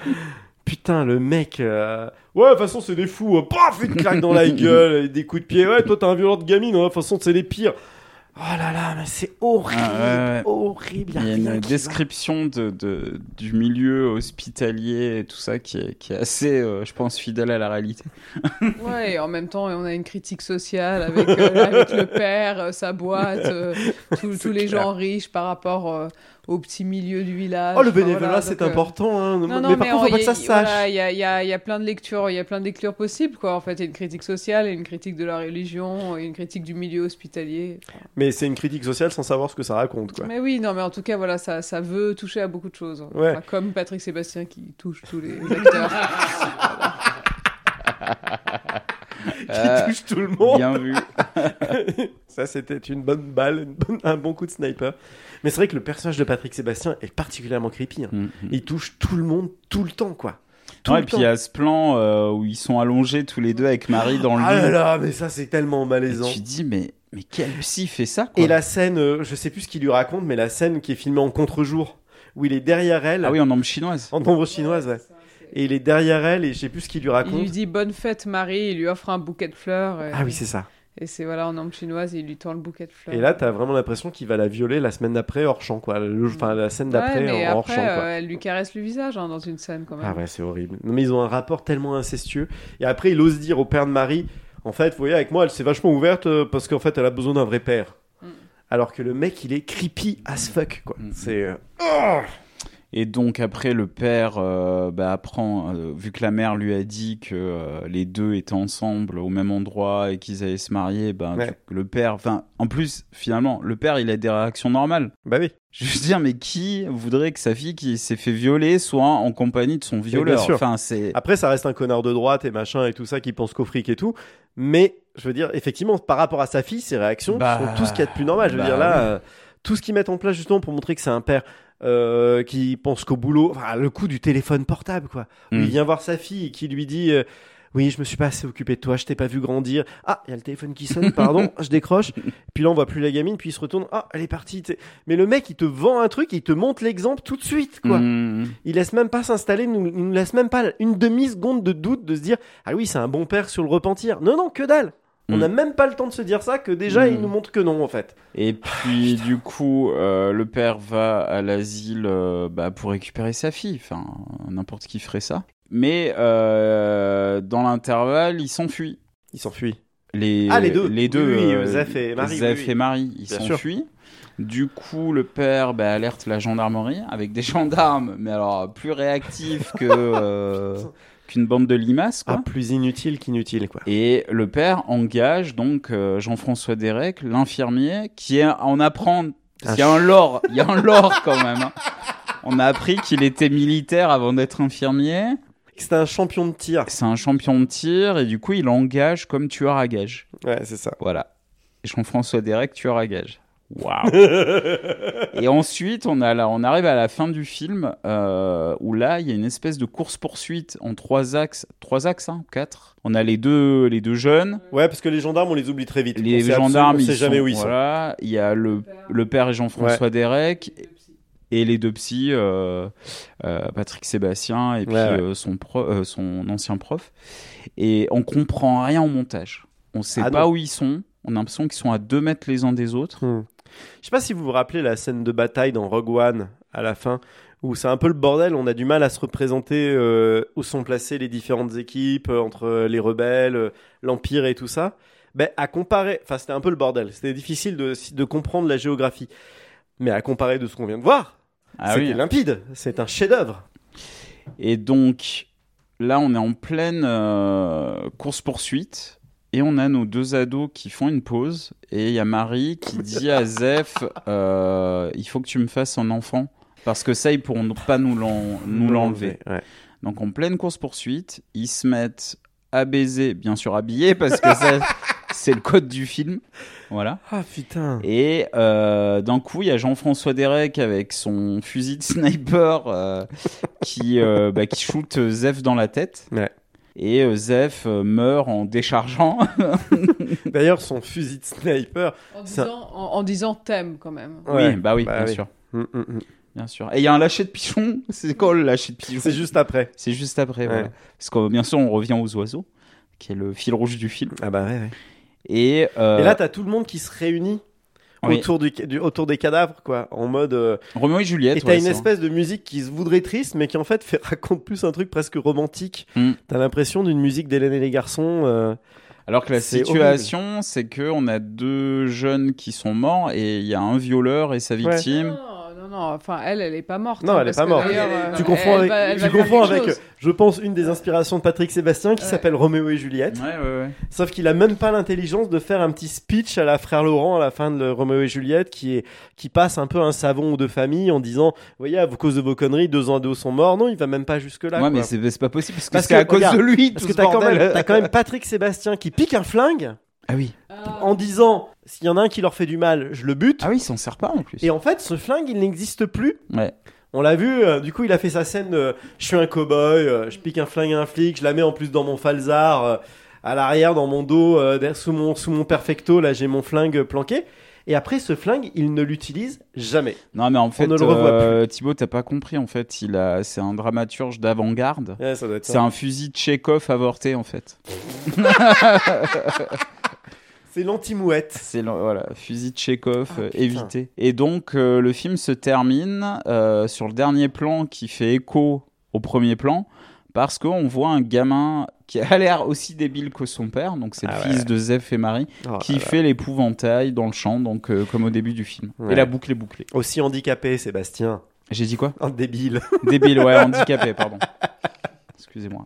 Speaker 1: Putain le mec euh, ouais de toute façon c'est des fous hein. paf une claque dans la gueule et des coups de pied ouais toi t'es un violent de gamine hein. de toute façon c'est les pires. Oh là là mais c'est horrible
Speaker 2: Ah, ouais, ouais.
Speaker 1: horrible y a
Speaker 2: Il y a
Speaker 1: rien
Speaker 2: une
Speaker 1: qui va.
Speaker 2: description de, de- du milieu hospitalier et tout ça qui est, qui est assez, euh, je pense, fidèle à
Speaker 1: [laughs]
Speaker 2: la réalité.
Speaker 4: Ouais, et en même temps, on a une critique sociale avec, euh, avec le père, euh, sa
Speaker 1: [laughs]
Speaker 4: boîte, euh, tous- tous les gens riches par rapport euh, au petit milieu du village.
Speaker 1: Oh le
Speaker 4: Enfin, voilà,
Speaker 2: Ah,
Speaker 1: bénévolat c'est
Speaker 4: donc, euh,
Speaker 1: important hein.
Speaker 4: Non, non,
Speaker 1: mais par contre
Speaker 4: on-
Speaker 1: faut pas que ça
Speaker 4: y-
Speaker 1: se sache.
Speaker 4: voilà, Il y, a, il y a- il y a plein de lectures, il y a plein de lectures possibles, quoi. En fait, il y a une critique sociale, il y a une critique de la religion, il y a une critique du milieu hospitalier. Enfin,
Speaker 1: Mais c'est une critique sociale sans savoir ce que ça raconte quoi.
Speaker 4: Mais oui, non, mais en tout cas, voilà, ça, ça veut toucher à beaucoup de choses.
Speaker 1: Ouais.
Speaker 4: Enfin, comme Patrick Sébastien qui touche
Speaker 1: [laughs]
Speaker 4: tous les acteurs.
Speaker 2: Euh,
Speaker 1: [laughs] Qui touche tout le monde. [laughs]
Speaker 2: Bien vu.
Speaker 1: Ça, c'était une bonne balle, une bonne- un bon coup de sniper. Mais c'est vrai que le personnage de Patrick Sébastien est particulièrement creepy. hein.
Speaker 2: Mm, mm.
Speaker 1: Il touche tout le monde, tout le temps, quoi. Tout
Speaker 2: Ouais,
Speaker 1: le
Speaker 2: et puis
Speaker 1: temps.
Speaker 2: il y a ce plan euh, où ils sont allongés tous les deux avec Marie dans le
Speaker 1: Ah là
Speaker 2: lit.
Speaker 1: là, mais ça, c'est tellement
Speaker 2: Et
Speaker 1: malaisant.
Speaker 2: tu te dis, mais, mais quel psy fait ça quoi
Speaker 1: Et la scène, euh, je sais plus ce qu'il lui raconte, mais la scène qui est filmée en contre-jour, où il est derrière elle,
Speaker 2: Ah oui, en ombre chinoise.
Speaker 1: en ombre chinoise, ouais. Et il est derrière elle, et je sais plus ce qu'il lui
Speaker 4: Il lui
Speaker 1: raconte.
Speaker 4: dit bonne fête Marie, il lui offre un bouquet de fleurs. Et,
Speaker 1: Ah oui, c'est ça.
Speaker 4: et c'est voilà en langue chinoise, il lui tend le bouquet de fleurs.
Speaker 1: Et là, t'as vraiment l'impression qu'il va la violer la semaine d'après hors champ, quoi. Le- Enfin, la scène
Speaker 4: Ouais,
Speaker 1: d'après
Speaker 4: mais
Speaker 1: en hors
Speaker 4: après,
Speaker 1: champ, quoi.
Speaker 4: euh, elle lui caresse le visage hein, dans une scène quand même.
Speaker 1: Ah ouais, c'est horrible. Non, mais ils ont un rapport tellement incestueux. Et après, il ose dire au père de Marie, en fait, vous voyez, avec moi, elle s'est vachement ouverte euh, parce qu'en fait, elle a besoin d'un vrai père.
Speaker 4: Mm.
Speaker 1: Alors que le mec, il est creepy as fuck, quoi.
Speaker 2: Mm.
Speaker 1: C'est... euh,
Speaker 2: Et donc après, le père euh, bah, apprend, euh, vu que la mère lui a dit que euh, les deux étaient ensemble au même endroit et qu'ils allaient se marier, bah,
Speaker 1: Ouais.
Speaker 2: tu- le père, enfin, en plus, finalement, le père, il a des réactions normales.
Speaker 1: Bah oui.
Speaker 2: Je veux dire, mais qui voudrait que sa fille qui s'est fait violer soit en compagnie de son violeur
Speaker 1: sûr.
Speaker 2: Enfin, c'est...
Speaker 1: Après, ça reste un connard de droite et machin et tout ça qui pense qu'au fric et tout. Mais, je veux dire, effectivement, par rapport à sa fille, ses réactions
Speaker 2: Bah,
Speaker 1: sont tout ce qu'il y a de plus normal. Je veux
Speaker 2: bah
Speaker 1: dire, là,
Speaker 2: oui.
Speaker 1: euh, tout ce qu'ils mettent en place justement pour montrer que c'est un père euh, qui pense qu'au boulot, enfin, le coup du téléphone portable, quoi. Où
Speaker 2: Mm.
Speaker 1: Il vient voir sa fille qui lui dit euh, Oui, je me suis pas assez occupé de toi, je t'ai pas vu grandir. Ah, il y a le téléphone qui sonne,
Speaker 2: [laughs]
Speaker 1: pardon, je décroche. Puis là, on voit plus la gamine, puis il se retourne Ah, elle est partie. t'sais. Mais le mec, il te vend un truc, il te montre l'exemple tout de suite, Ah, quoi.
Speaker 2: Mm.
Speaker 1: Il laisse même pas s'installer, nous- il nous laisse même pas une demi-seconde de doute de se dire Ah oui, c'est un bon père sur le repentir. Non, non, que dalle On
Speaker 2: Mm.
Speaker 1: n'a même pas le temps de se dire ça, que déjà,
Speaker 2: Mm.
Speaker 1: il nous montre que non, en fait.
Speaker 2: Et
Speaker 1: Ah,
Speaker 2: puis, du coup, euh, le père va à l'asile euh, bah, pour récupérer sa fille. Enfin, n'importe qui ferait ça. Mais euh, dans l'intervalle, il s'enfuit.
Speaker 1: Il s'enfuit.
Speaker 2: Les,
Speaker 1: Ah, les deux.
Speaker 2: Les deux.
Speaker 1: Oui, oui, Zef et Marie,
Speaker 2: Zef
Speaker 1: oui, oui.
Speaker 2: et Marie, ils
Speaker 1: Bien
Speaker 2: s'enfuient. Du coup, le père bah, alerte la gendarmerie avec des [laughs] gendarmes, mais alors plus réactifs
Speaker 1: [laughs]
Speaker 2: que, euh, qu'une bande de limaces. Quoi.
Speaker 1: Ah, plus inutile qu'inutile, quoi.
Speaker 2: Et le père engage donc euh, Jean-François Derek, l'infirmier, qui est en apprend. Parce
Speaker 1: Un
Speaker 2: qu'il y a un lore, il y a un lore quand même. hein. On a appris qu'il était militaire avant d'être infirmier.
Speaker 1: C'était un champion de tir.
Speaker 2: C'est un champion de tir et du coup il engage comme tueur à gage.
Speaker 1: Ouais, c'est ça.
Speaker 2: Voilà. Et Jean-François Derek, tueur à gage.
Speaker 1: [laughs]
Speaker 2: Waouh. et ensuite on a là, on arrive à la fin du film euh, où là il y a une espèce de course poursuite en trois axes, trois axes, hein, quatre. On a les deux, les deux jeunes.
Speaker 1: Ouais, parce que les gendarmes, on les oublie très vite.
Speaker 2: Les
Speaker 1: On sait
Speaker 2: gendarmes,
Speaker 1: absolument-
Speaker 2: ils
Speaker 1: on sait jamais
Speaker 2: sont-
Speaker 1: où ils sont.
Speaker 2: voilà. Il y a le, le père et Jean-François Derek et les deux psys, euh, euh, Patrick Sébastien et puis
Speaker 1: Ouais, ouais.
Speaker 2: euh, son, pro- euh, son ancien prof. Et on comprend rien au montage. On sait
Speaker 1: Ah
Speaker 2: pas
Speaker 1: non.
Speaker 2: où ils sont. On a l'impression qu'ils sont à deux mètres les uns des autres.
Speaker 1: Hmm. Je sais pas si vous vous rappelez la scène de bataille dans Rogue One à la fin où c'est un peu le bordel, on a du mal à se représenter euh, où sont placées les différentes équipes euh, entre euh, les rebelles, euh, l'empire et tout ça. Ben à comparer, enfin c'était un peu le bordel, c'était difficile de, de comprendre la géographie. Mais à comparer de ce qu'on vient de voir,
Speaker 2: Ah
Speaker 1: c'était
Speaker 2: oui.
Speaker 1: limpide, c'est un chef-d'œuvre.
Speaker 2: Et donc, là, on est en pleine euh, course-poursuite. Et on a nos deux ados qui font une pause. Et il y a Marie
Speaker 1: [laughs]
Speaker 2: qui dit à Zef euh, Il faut que tu me fasses un enfant. Parce que ça, ils pourront pas nous l'en- nous l'enlever.
Speaker 1: Ouais.
Speaker 2: Donc, en pleine course-poursuite, ils se mettent à baiser, bien sûr habillés, parce que
Speaker 1: [laughs]
Speaker 2: ça, c'est le code du film. Voilà.
Speaker 1: Ah putain.
Speaker 2: Et euh, d'un coup, il y a Jean-François Derek avec son fusil de sniper euh, qui, euh, bah, qui shoot euh, Zef dans la tête.
Speaker 1: Ouais.
Speaker 2: Et euh, Zef euh, meurt en déchargeant.
Speaker 1: D'ailleurs son fusil de sniper.
Speaker 4: En
Speaker 1: Ça-
Speaker 4: disant, en, en disant thème quand même.
Speaker 1: Ouais.
Speaker 2: [laughs] oui, bah oui,
Speaker 1: bah
Speaker 2: bien
Speaker 1: oui.
Speaker 2: sûr.
Speaker 1: Mm, mm, mm.
Speaker 2: Bien sûr. Et il y a un lâcher de pigeon. [laughs] C'est quoi le lâcher de pigeon
Speaker 1: C'est juste après.
Speaker 2: C'est juste après.
Speaker 1: Ouais.
Speaker 2: voilà. Parce que bien sûr, on revient aux oiseaux, qui est le fil rouge du film.
Speaker 1: Ah bah ouais. ouais.
Speaker 2: Et, euh,
Speaker 1: Et là, t'as tout le monde qui se réunit
Speaker 2: Oui.
Speaker 1: autour, du, du- autour des cadavres, quoi, en mode. euh,
Speaker 2: Roméo et Juliette.
Speaker 1: et t'as
Speaker 2: ouais,
Speaker 1: une
Speaker 2: c'est-
Speaker 1: espèce de musique qui se voudrait triste, mais qui en fait, [laughs] fait raconte plus un truc presque romantique.
Speaker 2: Mm.
Speaker 1: T'as l'impression d'une musique d'Hélène et les garçons. euh,
Speaker 2: Alors que la
Speaker 1: C'est
Speaker 2: situation, c'est que on a deux jeunes qui sont morts et il y a un violeur et sa victime.
Speaker 4: Non, non, non, enfin, elle, elle est pas morte.
Speaker 1: Non,
Speaker 4: hein,
Speaker 1: elle est
Speaker 4: parce
Speaker 1: pas
Speaker 4: que
Speaker 1: morte.
Speaker 4: d'ailleurs,
Speaker 3: Elle est-
Speaker 4: euh,
Speaker 1: tu
Speaker 3: elle
Speaker 1: confonds
Speaker 4: elle va-
Speaker 1: avec,
Speaker 4: elle
Speaker 1: tu
Speaker 4: va faire
Speaker 1: confonds
Speaker 4: quelque
Speaker 1: avec
Speaker 4: chose.
Speaker 1: euh, je pense, une des inspirations de Patrick Sébastien qui
Speaker 4: Ouais.
Speaker 1: s'appelle Roméo et Juliette.
Speaker 2: Ouais, ouais, ouais.
Speaker 1: Sauf qu'il a même pas l'intelligence de faire un petit speech à la frère Laurent à la fin de le Roméo et Juliette qui est qui passe un peu un savon de famille en disant vous voyez à cause de vos conneries deux ados sont morts non il va même pas jusque là
Speaker 2: ouais, mais c'est c'est pas possible parce que
Speaker 1: Parce
Speaker 2: c'est
Speaker 1: que,
Speaker 2: à cause
Speaker 1: regarde,
Speaker 2: de lui.
Speaker 1: parce
Speaker 2: tout
Speaker 1: que
Speaker 2: ce
Speaker 1: t'as quand,
Speaker 2: bordel.
Speaker 1: même- t'as quand même Patrick Sébastien qui pique un flingue
Speaker 2: Ah oui.
Speaker 4: Ah.
Speaker 1: euh, en disant s'il y en a un qui leur fait du mal je le bute
Speaker 2: Ah oui, il s'en sert pas en plus.
Speaker 1: et en fait ce flingue il n'existe plus
Speaker 2: Ouais.
Speaker 1: on l'a vu, euh, du coup, il a fait sa scène euh, je suis un cow-boy, euh, je pique un flingue à un flic, je la mets en plus dans mon falzar, euh, à l'arrière, dans mon dos, euh, derrière- sous, mon, sous mon perfecto, là, j'ai mon flingue planqué. Et après, ce flingue, il ne l'utilise jamais.
Speaker 2: Non, mais en fait,
Speaker 1: ne le revoit
Speaker 2: euh, Thibaut, t'as pas compris en fait. Il a, c'est un dramaturge d'avant-garde.
Speaker 1: Ouais, ça doit être
Speaker 2: C'est
Speaker 1: ça.
Speaker 2: un fusil de Chekhov avorté en fait.
Speaker 1: C'est l'anti-mouette.
Speaker 2: C'est le- voilà, fusil de Chekhov
Speaker 1: Ah,
Speaker 2: euh,
Speaker 1: putain.
Speaker 2: évité. Et donc euh, le film se termine euh, sur le dernier plan qui fait écho au premier plan parce qu'on voit un gamin qui a [laughs] l'air aussi débile que son père, donc c'est
Speaker 1: Ah
Speaker 2: le
Speaker 1: ouais.
Speaker 2: fils de Zef et Marie,
Speaker 1: Oh
Speaker 2: qui
Speaker 1: là là.
Speaker 2: fait l'épouvantail dans le champ, donc euh, comme au début du film.
Speaker 1: Ouais.
Speaker 2: Et la boucle est bouclée.
Speaker 1: Aussi handicapé, Sébastien.
Speaker 2: J'ai dit quoi
Speaker 1: Un débile.
Speaker 2: Débile, ouais, handicapé, pardon. Excusez-moi.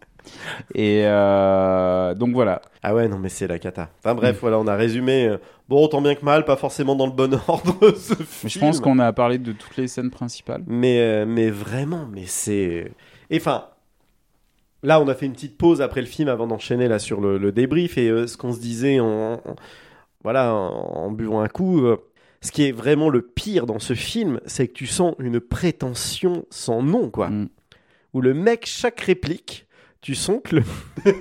Speaker 2: Et euh, donc voilà.
Speaker 1: Ah ouais, non, mais c'est la cata. Enfin
Speaker 2: Mm.
Speaker 1: bref, voilà, on a résumé. euh, Bon, tant bien que mal, pas forcément dans le bon [laughs] ordre, ce
Speaker 2: Mais
Speaker 1: film.
Speaker 2: je pense qu'on a parlé de toutes les scènes principales.
Speaker 1: Mais, euh, mais vraiment, mais c'est. Et enfin, là, on a fait une petite pause après le film avant d'enchaîner là sur le, le débrief et euh, ce qu'on se disait en, en- voilà, en, en buvant un coup. euh, ce qui est vraiment le pire dans ce film, c'est que tu sens une prétention sans nom, quoi.
Speaker 2: Mm.
Speaker 1: Où le mec, chaque réplique, tu sens que le, [laughs]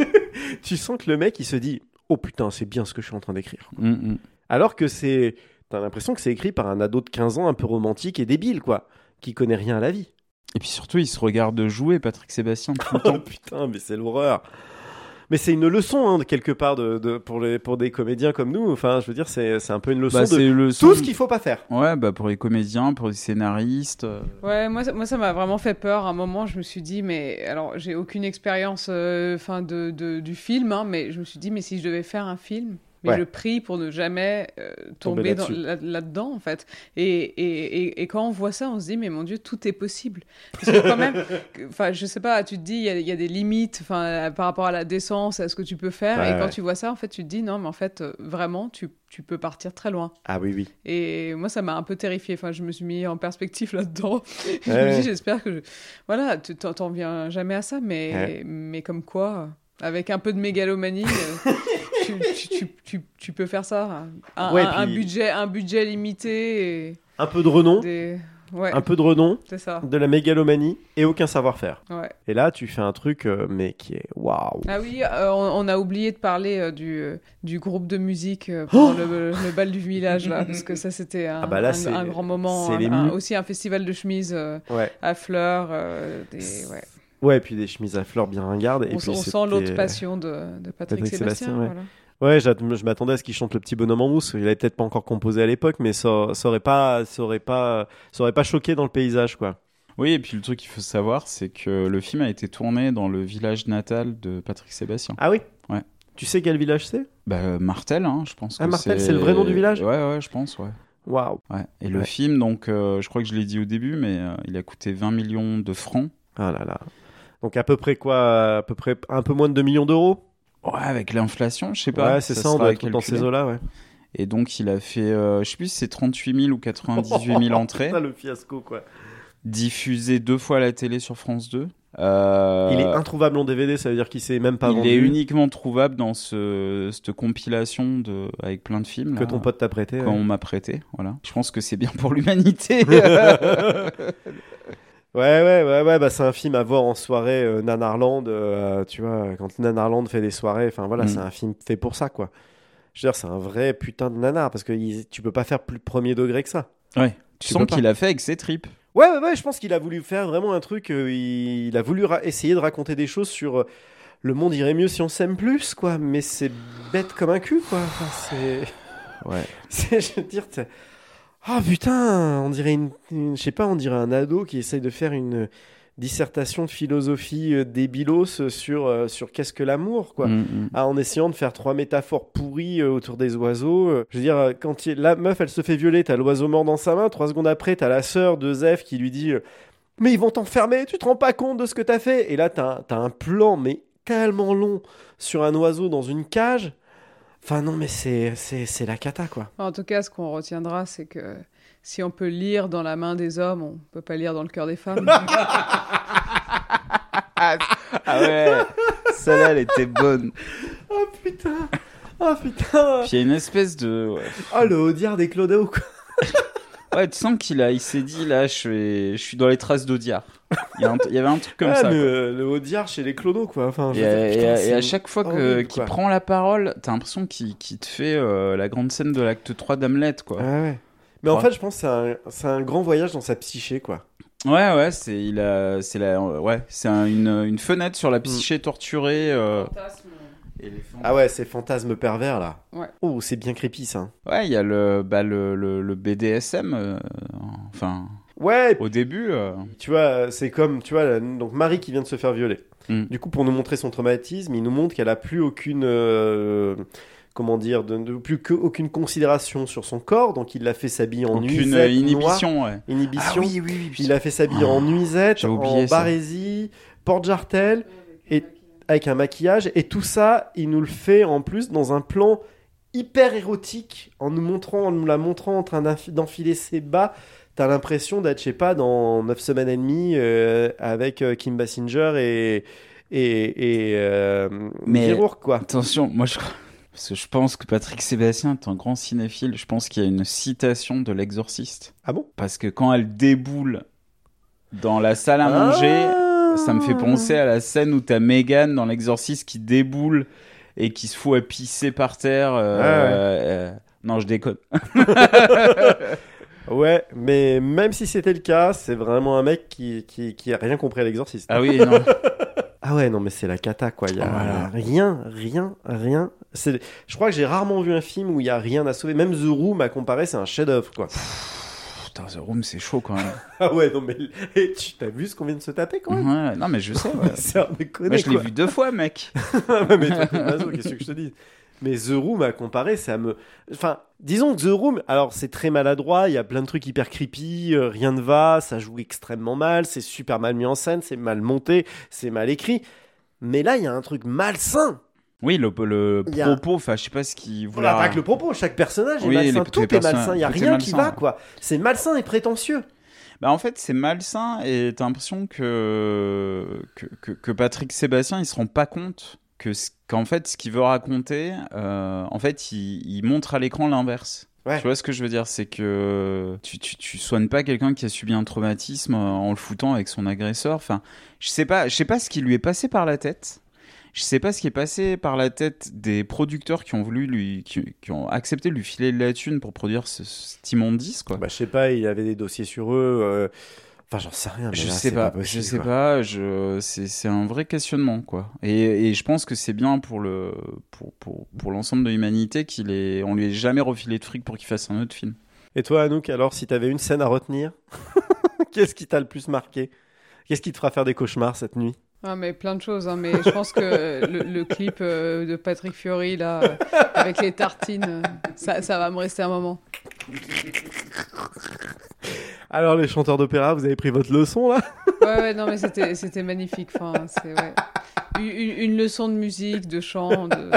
Speaker 1: tu sens que le mec, il se dit Oh putain, c'est bien ce que je suis en train d'écrire.
Speaker 2: Mm, mm.
Speaker 1: Alors que c'est. T'as l'impression que c'est écrit par un ado de 15 ans un peu romantique et débile, quoi. Qui connaît rien à la vie.
Speaker 2: Et puis surtout, il se regarde jouer, Patrick Sébastien, tout le
Speaker 1: [laughs] Oh
Speaker 2: temps.
Speaker 1: putain, mais c'est l'horreur. Mais c'est une leçon, hein, de quelque part, de, de- pour, les, pour des comédiens comme nous. Enfin, je veux dire, c'est c'est un peu une leçon
Speaker 2: Bah,
Speaker 1: de
Speaker 2: c'est le son-
Speaker 1: tout ce qu'il faut pas faire.
Speaker 2: Ouais, bah pour les comédiens, pour les scénaristes. euh,
Speaker 4: Ouais, moi, ça- moi ça m'a vraiment fait peur. À un moment, je me suis dit, mais alors, j'ai aucune expérience euh, enfin, de, de- du film, hein, mais je me suis dit, mais si je devais faire un film, mais
Speaker 1: Ouais.
Speaker 4: je prie pour ne jamais euh,
Speaker 1: Tomber
Speaker 4: tomber dans-
Speaker 1: là-dessus.
Speaker 4: là- là-dedans, en fait. Et, et, et, et quand on voit ça, on se dit, mais mon Dieu, tout est possible. Parce que quand même, que- enfin, je sais pas, tu te dis, il y, a- il y a des limites enfin, euh, par rapport à la décence, à ce que tu peux faire.
Speaker 1: Ouais,
Speaker 4: et quand
Speaker 1: ouais.
Speaker 4: tu vois ça, en fait, tu te dis, non, mais en fait, euh, vraiment, tu, tu peux partir très loin.
Speaker 1: Ah oui, oui.
Speaker 4: Et moi, ça m'a un peu terrifiée. Enfin, je me suis mis en perspective là-dedans. [laughs] je me
Speaker 1: Ouais.
Speaker 4: dis, j'espère que. Je... Voilà, tu t'en t'en viens jamais à ça, mais,
Speaker 1: Ouais.
Speaker 4: mais comme quoi, avec un peu de mégalomanie,
Speaker 1: [laughs]
Speaker 4: euh, tu, tu, tu, tu- tu peux faire ça. Un,
Speaker 1: Ouais,
Speaker 4: un- un
Speaker 1: puis-
Speaker 4: budget, un budget limité. Et
Speaker 1: Un peu de renom,
Speaker 4: des... Ouais,
Speaker 1: un peu de renom,
Speaker 4: c'est ça.
Speaker 1: de la mégalomanie et aucun savoir-faire.
Speaker 4: Ouais.
Speaker 1: Et là, tu fais un truc, euh, mais qui est waouh.
Speaker 4: Ah oui, euh, on, on a oublié de parler euh, du, euh, du groupe de musique euh, pendant le, le bal du village, là, parce que ça, c'était un,
Speaker 1: Oh Ah bah là,
Speaker 4: un-
Speaker 1: c'est-
Speaker 4: un grand moment.
Speaker 1: c'est
Speaker 4: un-
Speaker 1: les
Speaker 4: un-
Speaker 1: mu-
Speaker 4: aussi un festival de chemises euh,
Speaker 1: Ouais.
Speaker 4: à fleurs. euh, des, ouais.
Speaker 1: Ouais, puis des chemises à fleurs bien ringardes. et
Speaker 4: on,
Speaker 1: puis
Speaker 4: on
Speaker 1: c'était- euh,
Speaker 4: sent l'autre passion de, de Patrick,
Speaker 1: Patrick
Speaker 4: Sébastien.
Speaker 1: Sébastien, ouais.
Speaker 4: voilà.
Speaker 1: Ouais, j'att- je m'attendais à ce qu'il chante le petit bonhomme en mousse. Il avait peut-être pas encore composé à l'époque, mais ça, ça aurait pas, ça aurait pas, ça aurait pas choqué dans le paysage, quoi.
Speaker 2: Oui, et puis le truc qu'il faut savoir, c'est que le film a été tourné dans le village natal de Patrick Sébastien.
Speaker 1: Ah oui.
Speaker 2: Ouais.
Speaker 1: Tu sais quel village c'est
Speaker 2: Bah, euh, Martel, hein, je pense.
Speaker 1: Ah,
Speaker 2: que
Speaker 1: Martel, c'est le vrai nom du village
Speaker 2: Ouais, ouais, je pense, ouais.
Speaker 1: Waouh.
Speaker 2: ouais. Et le
Speaker 1: Ouais.
Speaker 2: film, donc, euh, je crois que je l'ai dit au début, mais euh, il a coûté 20 millions de francs.
Speaker 1: Ah là là. Donc à peu près quoi À peu près un peu moins de 2 millions d'euros.
Speaker 2: Ouais, avec l'inflation, je sais pas.
Speaker 1: Ouais, c'est ça, on
Speaker 2: sera
Speaker 1: doit être dans
Speaker 2: calculé.
Speaker 1: ces eaux-là, ouais.
Speaker 2: Et donc, il a fait, euh, je sais plus si c'est 38 000 ou 98 000
Speaker 1: [laughs]
Speaker 2: entrées,
Speaker 1: Ça le fiasco, quoi.
Speaker 2: diffusé deux fois à la télé sur France 2. Euh,
Speaker 1: Il est introuvable en DVD, ça veut dire qu'il s'est même pas
Speaker 2: il
Speaker 1: vendu.
Speaker 2: est uniquement trouvable dans ce, cette compilation de, avec plein de films.
Speaker 1: que
Speaker 2: là,
Speaker 1: ton pote t'a prêté.
Speaker 2: qu'on
Speaker 1: ouais.
Speaker 2: m'a prêté, voilà. Je pense que c'est bien pour
Speaker 1: [laughs]
Speaker 2: l'humanité.
Speaker 1: Ouais, ouais, ouais, ouais, bah c'est un film à voir en soirée euh, Nanarland, euh, tu vois, quand Nanarland fait des soirées, enfin voilà,
Speaker 2: Mm.
Speaker 1: c'est un film fait pour ça, quoi. Je veux dire, c'est un vrai putain de nanar, parce que il- tu peux pas faire plus premier degré que ça.
Speaker 2: ouais. Tu,
Speaker 1: Tu
Speaker 2: sens
Speaker 1: peux pas.
Speaker 2: qu'il a fait avec ses tripes.
Speaker 1: Ouais, ouais, ouais, je pense qu'il a voulu faire vraiment un truc, euh, il, il a voulu ra- essayer de raconter des choses sur euh, le monde irait mieux si on s'aime plus, quoi, mais c'est bête comme un cul, quoi. Enfin, c'est...
Speaker 2: [laughs] Ouais.
Speaker 1: [laughs] C'est, je veux dire, t'as- oh putain, on dirait une, une- je sais pas, on dirait un ado qui essaye de faire une dissertation de philosophie euh, débilos euh, sur euh, sur qu'est-ce que l'amour, quoi.
Speaker 2: Mm, mm.
Speaker 1: Ah, en essayant de faire trois métaphores pourries euh, autour des oiseaux. euh, Je veux dire, euh, quand il- la meuf, elle se fait violer, t'as l'oiseau mort dans sa main. Trois secondes après, t'as la sœur de Zef qui lui dit euh, Mais ils vont t'enfermer, tu te rends pas compte de ce que t'as fait. Et là, t'as, un- t'as un plan, mais tellement long, sur un oiseau dans une cage. Enfin, non, mais c'est, c'est, c'est la cata, quoi.
Speaker 4: En tout cas, ce qu'on retiendra, c'est que si on peut lire dans la main des hommes, on peut pas lire dans le cœur des femmes.
Speaker 2: Ah ouais, celle-là, elle était bonne.
Speaker 1: Oh putain Oh putain
Speaker 2: Puis il y a une espèce de. Ouais,
Speaker 1: Oh le Audiard des Clodo quoi
Speaker 2: Ouais, tu sens qu'il a, il s'est dit là, je, vais- je suis dans les traces d'Audiard. Il y, a un- il y avait un
Speaker 1: [laughs]
Speaker 2: truc comme
Speaker 1: Ah,
Speaker 2: ça.
Speaker 1: mais,
Speaker 2: quoi.
Speaker 1: euh, le Audiard chez les Clodo quoi enfin, je
Speaker 2: Et,
Speaker 1: veux
Speaker 2: à-
Speaker 1: dire,
Speaker 2: et
Speaker 1: putain,
Speaker 2: à- et
Speaker 1: c'est-
Speaker 2: à chaque fois que-
Speaker 1: horrible,
Speaker 2: qu'il
Speaker 1: quoi.
Speaker 2: prend la parole, t'as l'impression qu'il qu'il te fait euh, la grande scène de l'acte 3 d'Hamlet, quoi.
Speaker 1: Ouais, ouais. Mais en
Speaker 2: Ouais.
Speaker 1: fait je pense que c'est un, c'est un grand voyage dans sa psyché quoi.
Speaker 2: Ouais, ouais, c'est il a, c'est la, euh, ouais, c'est un- une, une fenêtre sur la psyché torturée. euh,
Speaker 1: Mm. Ah ouais ces fantasmes pervers là.
Speaker 4: Ouais.
Speaker 1: Oh c'est bien creepy ça.
Speaker 2: Ouais, il y a le, bah, le, le, le BDSM, euh, enfin,
Speaker 1: Ouais et
Speaker 2: au début. euh,
Speaker 1: Tu vois, c'est comme, tu vois, la- donc Marie qui vient de se faire violer.
Speaker 2: Mm.
Speaker 1: Du coup, pour nous montrer son traumatisme, il nous montre qu'elle a plus aucune, euh, comment dire, de, de- plus que- aucune considération sur son corps, donc il l'a fait s'habiller en
Speaker 2: aucune
Speaker 1: nuisette noire. Ah
Speaker 2: inhibition, ouais.
Speaker 1: inhibition.
Speaker 2: oui, oui,
Speaker 1: Il a fait s'habiller en nuisette,
Speaker 2: Ah, j'ai oublié
Speaker 1: en
Speaker 2: ça.
Speaker 1: barésie, porte-jartel, et avec un maquillage. Et tout ça, il nous le fait en plus dans un plan hyper érotique, en nous montrant, en nous la montrant en train d'enf- d'enfiler ses bas. T'as l'impression d'être, je sais pas, dans 9 semaines et demie euh, avec euh, Kim Basinger et. Et. et euh,
Speaker 2: Mais-
Speaker 1: Mickey Rourke, quoi.
Speaker 2: Attention, moi je parce que je pense que Patrick Sébastien est un grand cinéphile. Je pense qu'il y a une citation de l'exorciste.
Speaker 1: Ah bon
Speaker 2: Parce que quand elle déboule dans la salle à manger,
Speaker 1: Ah
Speaker 2: ça me fait penser à la scène où t'as Megan dans l'exorciste qui déboule et qui se fout à pisser par terre. euh,
Speaker 1: Ouais, Ah ouais.
Speaker 2: euh, non, je déconne.
Speaker 1: Ouais, mais même si c'était le cas, c'est vraiment un mec qui, qui, qui a rien compris à l'exorciste.
Speaker 2: Ah
Speaker 1: [laughs]
Speaker 2: oui, non.
Speaker 1: Ah ouais, non, mais c'est la cata, quoi. Il y a
Speaker 2: Oh, Voilà.
Speaker 1: rien, rien, rien. C'est... Je crois que j'ai rarement vu un film où il y a rien à sauver. Même The Room, à comparer, c'est un chef-d'œuvre, quoi. [laughs]
Speaker 2: Putain, The Room, c'est chaud quand même.
Speaker 1: Ah ouais, non, mais et tu t'as vu ce qu'on vient de se taper, quoi
Speaker 2: Ouais, non, mais je sais. Mhm. ouais.
Speaker 1: C'est un déconner,
Speaker 2: Moi, je l'ai
Speaker 1: quoi.
Speaker 2: vu deux fois, mec.
Speaker 1: [laughs] Ouais, mais toi, t'es maso, qu'est-ce que je te dis mais The Room à comparer, ça me. Enfin, disons que The Room, alors c'est très maladroit, il y a plein de trucs hyper creepy, euh, rien ne va, ça joue extrêmement mal, c'est super mal mis en scène, c'est mal monté, c'est mal écrit. Mais là, il y a un truc malsain
Speaker 2: Oui, le, le
Speaker 1: Il y a-
Speaker 2: propos, enfin, je sais pas ce
Speaker 1: On n'a
Speaker 2: qu'il voulait.
Speaker 1: pas que le propos, chaque personnage est
Speaker 2: Oui, les
Speaker 1: malsain,
Speaker 2: petits
Speaker 1: tout est
Speaker 2: personnages,
Speaker 1: malsain, il n'y a
Speaker 2: tout est
Speaker 1: rien qui
Speaker 2: malsain,
Speaker 1: va
Speaker 2: ouais.
Speaker 1: quoi. C'est malsain et prétentieux.
Speaker 2: Bah en fait, c'est malsain et t'as l'impression que, que, que, que Patrick Sébastien, il se rend pas compte que ce- qu'en fait, ce qu'il veut raconter, euh, en fait, il, il montre à l'écran l'inverse.
Speaker 1: Ouais.
Speaker 2: Tu vois ce que je veux dire C'est que tu, tu, tu soignes pas quelqu'un qui a subi un traumatisme euh, en le foutant avec son agresseur. Enfin, je sais pas, je sais pas ce qui lui est passé par la tête. Je sais pas ce qui est passé par la tête des producteurs qui ont voulu lui, qui, qui ont accepté de lui filer de la thune pour produire ce, cet immondice, quoi.
Speaker 1: Bah, je sais pas, il avait des dossiers sur eux. euh, Enfin, j'en sais rien. Mais
Speaker 2: Je
Speaker 1: là,
Speaker 2: sais
Speaker 1: c'est
Speaker 2: pas,
Speaker 1: possible,
Speaker 2: je sais
Speaker 1: quoi.
Speaker 2: pas, je c'est c'est un vrai questionnement quoi. Et, et je pense que c'est bien pour le pour, pour, pour l'ensemble de l'humanité qu'il est on lui ait jamais refilé de fric pour qu'il fasse un autre film.
Speaker 1: Et toi, Anouk, alors, si t'avais une scène à retenir, [laughs] qu'est-ce qui t'a le plus marqué Qu'est-ce qui te fera faire des cauchemars cette nuit
Speaker 4: Ah, mais plein de choses, hein, mais je pense que le, le clip euh, de Patrick Fiori, là, euh, avec les tartines, euh, ça, ça va me rester un moment.
Speaker 1: Alors, les chanteurs d'opéra, vous avez pris votre leçon là
Speaker 4: Ouais, ouais, non, mais c'était c'était magnifique. Enfin, c'est ouais. Une, une- une leçon de musique, de chant, de,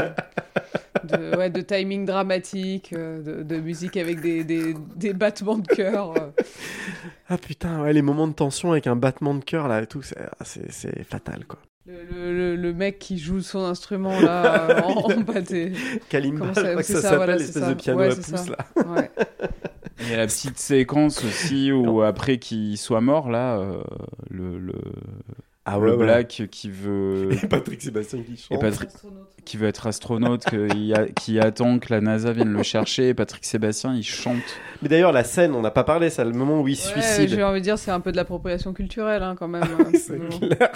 Speaker 4: de, ouais, de timing dramatique, euh, de, de musique avec des, des, des battements de cœur. euh.
Speaker 1: Ah putain, ouais, les moments de tension avec un battement de cœur là et tout, c'est- ah, c'est c'est fatal quoi.
Speaker 4: Le, le- le- le mec qui joue son instrument là euh, en, en pâté.
Speaker 1: Kalimba,
Speaker 4: Comment
Speaker 1: je crois que
Speaker 4: c'est
Speaker 1: ça
Speaker 4: ça,
Speaker 1: s'appelle
Speaker 4: voilà, c'est
Speaker 1: l'espèce
Speaker 4: ça.
Speaker 1: de piano
Speaker 4: Ouais,
Speaker 1: à
Speaker 4: c'est
Speaker 1: pouce
Speaker 4: ça.
Speaker 1: là.
Speaker 4: Ouais.
Speaker 2: Il y a la petite séquence aussi où après qu'il soit mort là euh, le le,
Speaker 1: Ah
Speaker 2: le black qui veut
Speaker 1: Et Patrick Sébastien qui
Speaker 2: et
Speaker 1: chante.
Speaker 2: Patrick qui veut être astronaute que- il a- qui attend que la NASA vienne le chercher et Patrick Sébastien il chante.
Speaker 1: Mais d'ailleurs, la scène, on n'a pas parlé, ça, le moment où il se
Speaker 4: Ouais, j'ai
Speaker 1: suicide.
Speaker 4: envie de dire, c'est un peu de l'appropriation culturelle hein, quand même.
Speaker 1: [laughs] C'est clair.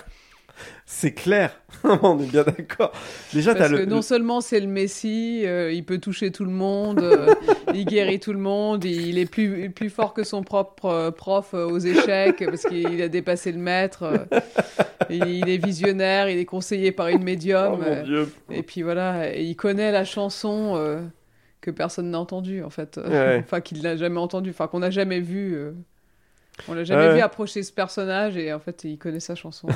Speaker 1: C'est clair. [laughs] on est bien d'accord. Déjà, t'as
Speaker 4: Parce que
Speaker 1: le.
Speaker 4: non
Speaker 1: le-
Speaker 4: seulement c'est le Messie, euh, il peut toucher tout le
Speaker 1: [laughs]
Speaker 4: monde, euh, il guérit tout le monde, il est plus, plus fort que son propre euh, prof euh, aux échecs parce qu'il a dépassé le maître. euh, il, il est visionnaire, il est conseillé par une médium.
Speaker 1: Oh mon
Speaker 4: euh,
Speaker 1: dieu.
Speaker 4: et puis voilà, et il connaît la chanson euh, que personne n'a entendue en fait, euh,
Speaker 1: Ouais.
Speaker 4: [laughs] enfin qu'il n'a jamais entendue, enfin qu'on n'a jamais vu. euh, On l'a jamais
Speaker 1: Ouais.
Speaker 4: vu approcher ce personnage et en fait il connaît sa chanson.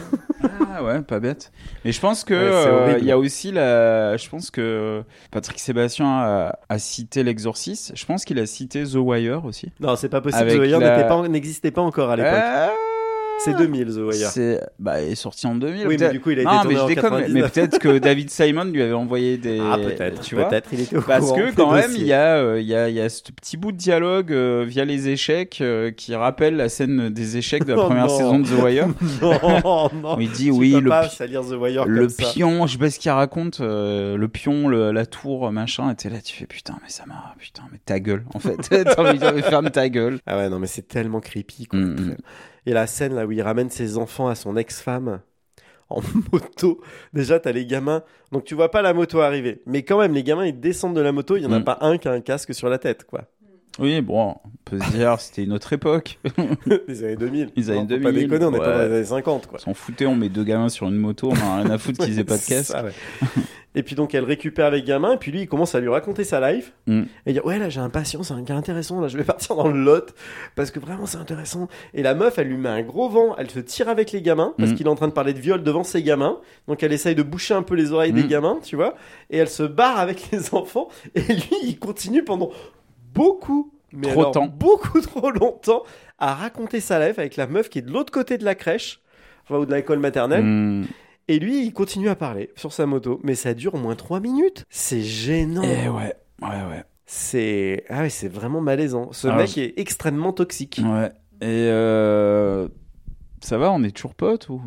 Speaker 2: Ah ouais, pas bête. Mais je pense que
Speaker 1: Ouais, c'est
Speaker 2: euh, il
Speaker 1: horrible.
Speaker 2: y a aussi la. Je pense que Patrick Sébastien a, a cité L'Exorciste. Je pense qu'il a cité The Wire aussi.
Speaker 1: Non, c'est pas possible.
Speaker 2: Avec
Speaker 1: The Wire
Speaker 2: la-
Speaker 1: n'était pas en- n'existait pas encore à l'époque.
Speaker 2: Ah,
Speaker 1: C'est 2000, The Wire.
Speaker 2: C'est bah, il est sorti en 2000.
Speaker 1: Oui, mais
Speaker 2: peut-être.
Speaker 1: du coup, il a été
Speaker 2: non,
Speaker 1: tourné
Speaker 2: mais je
Speaker 1: en
Speaker 2: déconne. Mais
Speaker 1: 99.
Speaker 2: peut-être que David Simon lui avait envoyé des.
Speaker 1: Ah, peut-être.
Speaker 2: Tu vois.
Speaker 1: Peut-être, il était au
Speaker 2: Parce
Speaker 1: courant
Speaker 2: que
Speaker 1: des [laughs]
Speaker 2: quand même,
Speaker 1: dossiers.
Speaker 2: il y a, euh, il y a, il y a ce petit bout de dialogue euh, via les échecs euh, qui rappelle la scène des échecs de
Speaker 1: [laughs]
Speaker 2: la
Speaker 1: Oh [laughs]
Speaker 2: première
Speaker 1: non.
Speaker 2: saison de The Wire.
Speaker 1: Non, Oh, non.
Speaker 2: où il dit
Speaker 1: Tu
Speaker 2: oui,
Speaker 1: peux
Speaker 2: le
Speaker 1: pas
Speaker 2: pi-
Speaker 1: salir The Wire
Speaker 2: le
Speaker 1: comme ça.
Speaker 2: pion, je sais pas ce qu'il raconte, euh, le pion, le- la tour, machin, et t'es là, tu fais putain, mais ça m'a, putain, mais ta gueule, en [laughs] fait. T'as envie de dire, mais ferme ta gueule.
Speaker 1: Ah ouais, non, mais c'est tellement creepy. Quoi.
Speaker 2: Mm, mm.
Speaker 1: Et la scène là où il ramène ses enfants à son ex-femme en [laughs] moto. Déjà, t'as les gamins. Donc, tu vois pas la moto arriver. Mais quand même, les gamins, ils descendent de la moto. Il y en a
Speaker 2: Mm.
Speaker 1: pas un qui a un casque sur la tête, quoi. [laughs]
Speaker 2: Oui, bon, on peut se dire, c'était une autre époque.
Speaker 1: Des années 2000.
Speaker 2: Les années
Speaker 1: Non, faut
Speaker 2: 2000,
Speaker 1: Pas déconner, on est pas
Speaker 2: ouais.
Speaker 1: dans les années 50, quoi.
Speaker 2: On s'en foutait, on met deux gamins sur une moto, on a rien à foutre [laughs] qu'ils aient pas de
Speaker 1: C'est
Speaker 2: casque.
Speaker 1: ça, ouais. [laughs] et puis donc elle récupère les gamins et puis lui il commence à lui raconter sa life
Speaker 2: Mm.
Speaker 1: et dire ouais là j'ai un patient c'est un gars intéressant là je vais [laughs] partir dans le lot parce que vraiment c'est intéressant et la meuf elle lui met un gros vent elle se tire avec les gamins parce
Speaker 2: Mm.
Speaker 1: qu'il est en train de parler de viol devant ses gamins donc elle essaye de boucher un peu les oreilles des
Speaker 2: Mm.
Speaker 1: gamins tu vois et elle se barre avec [laughs] les enfants et lui il continue pendant beaucoup mais
Speaker 2: Trop
Speaker 1: alors,
Speaker 2: temps.
Speaker 1: beaucoup trop longtemps à raconter sa life avec la meuf qui est de l'autre côté de la crèche enfin, ou de l'école maternelle
Speaker 2: Mm.
Speaker 1: et lui, il continue à parler sur sa moto, mais ça dure au moins 3 minutes. C'est gênant.
Speaker 2: Eh ouais, ouais, ouais.
Speaker 1: C'est ah ouais, c'est vraiment malaisant. Ce
Speaker 2: Alors,
Speaker 1: mec est extrêmement toxique. [laughs]
Speaker 2: Ouais. Et euh, ça va, on est toujours potes ou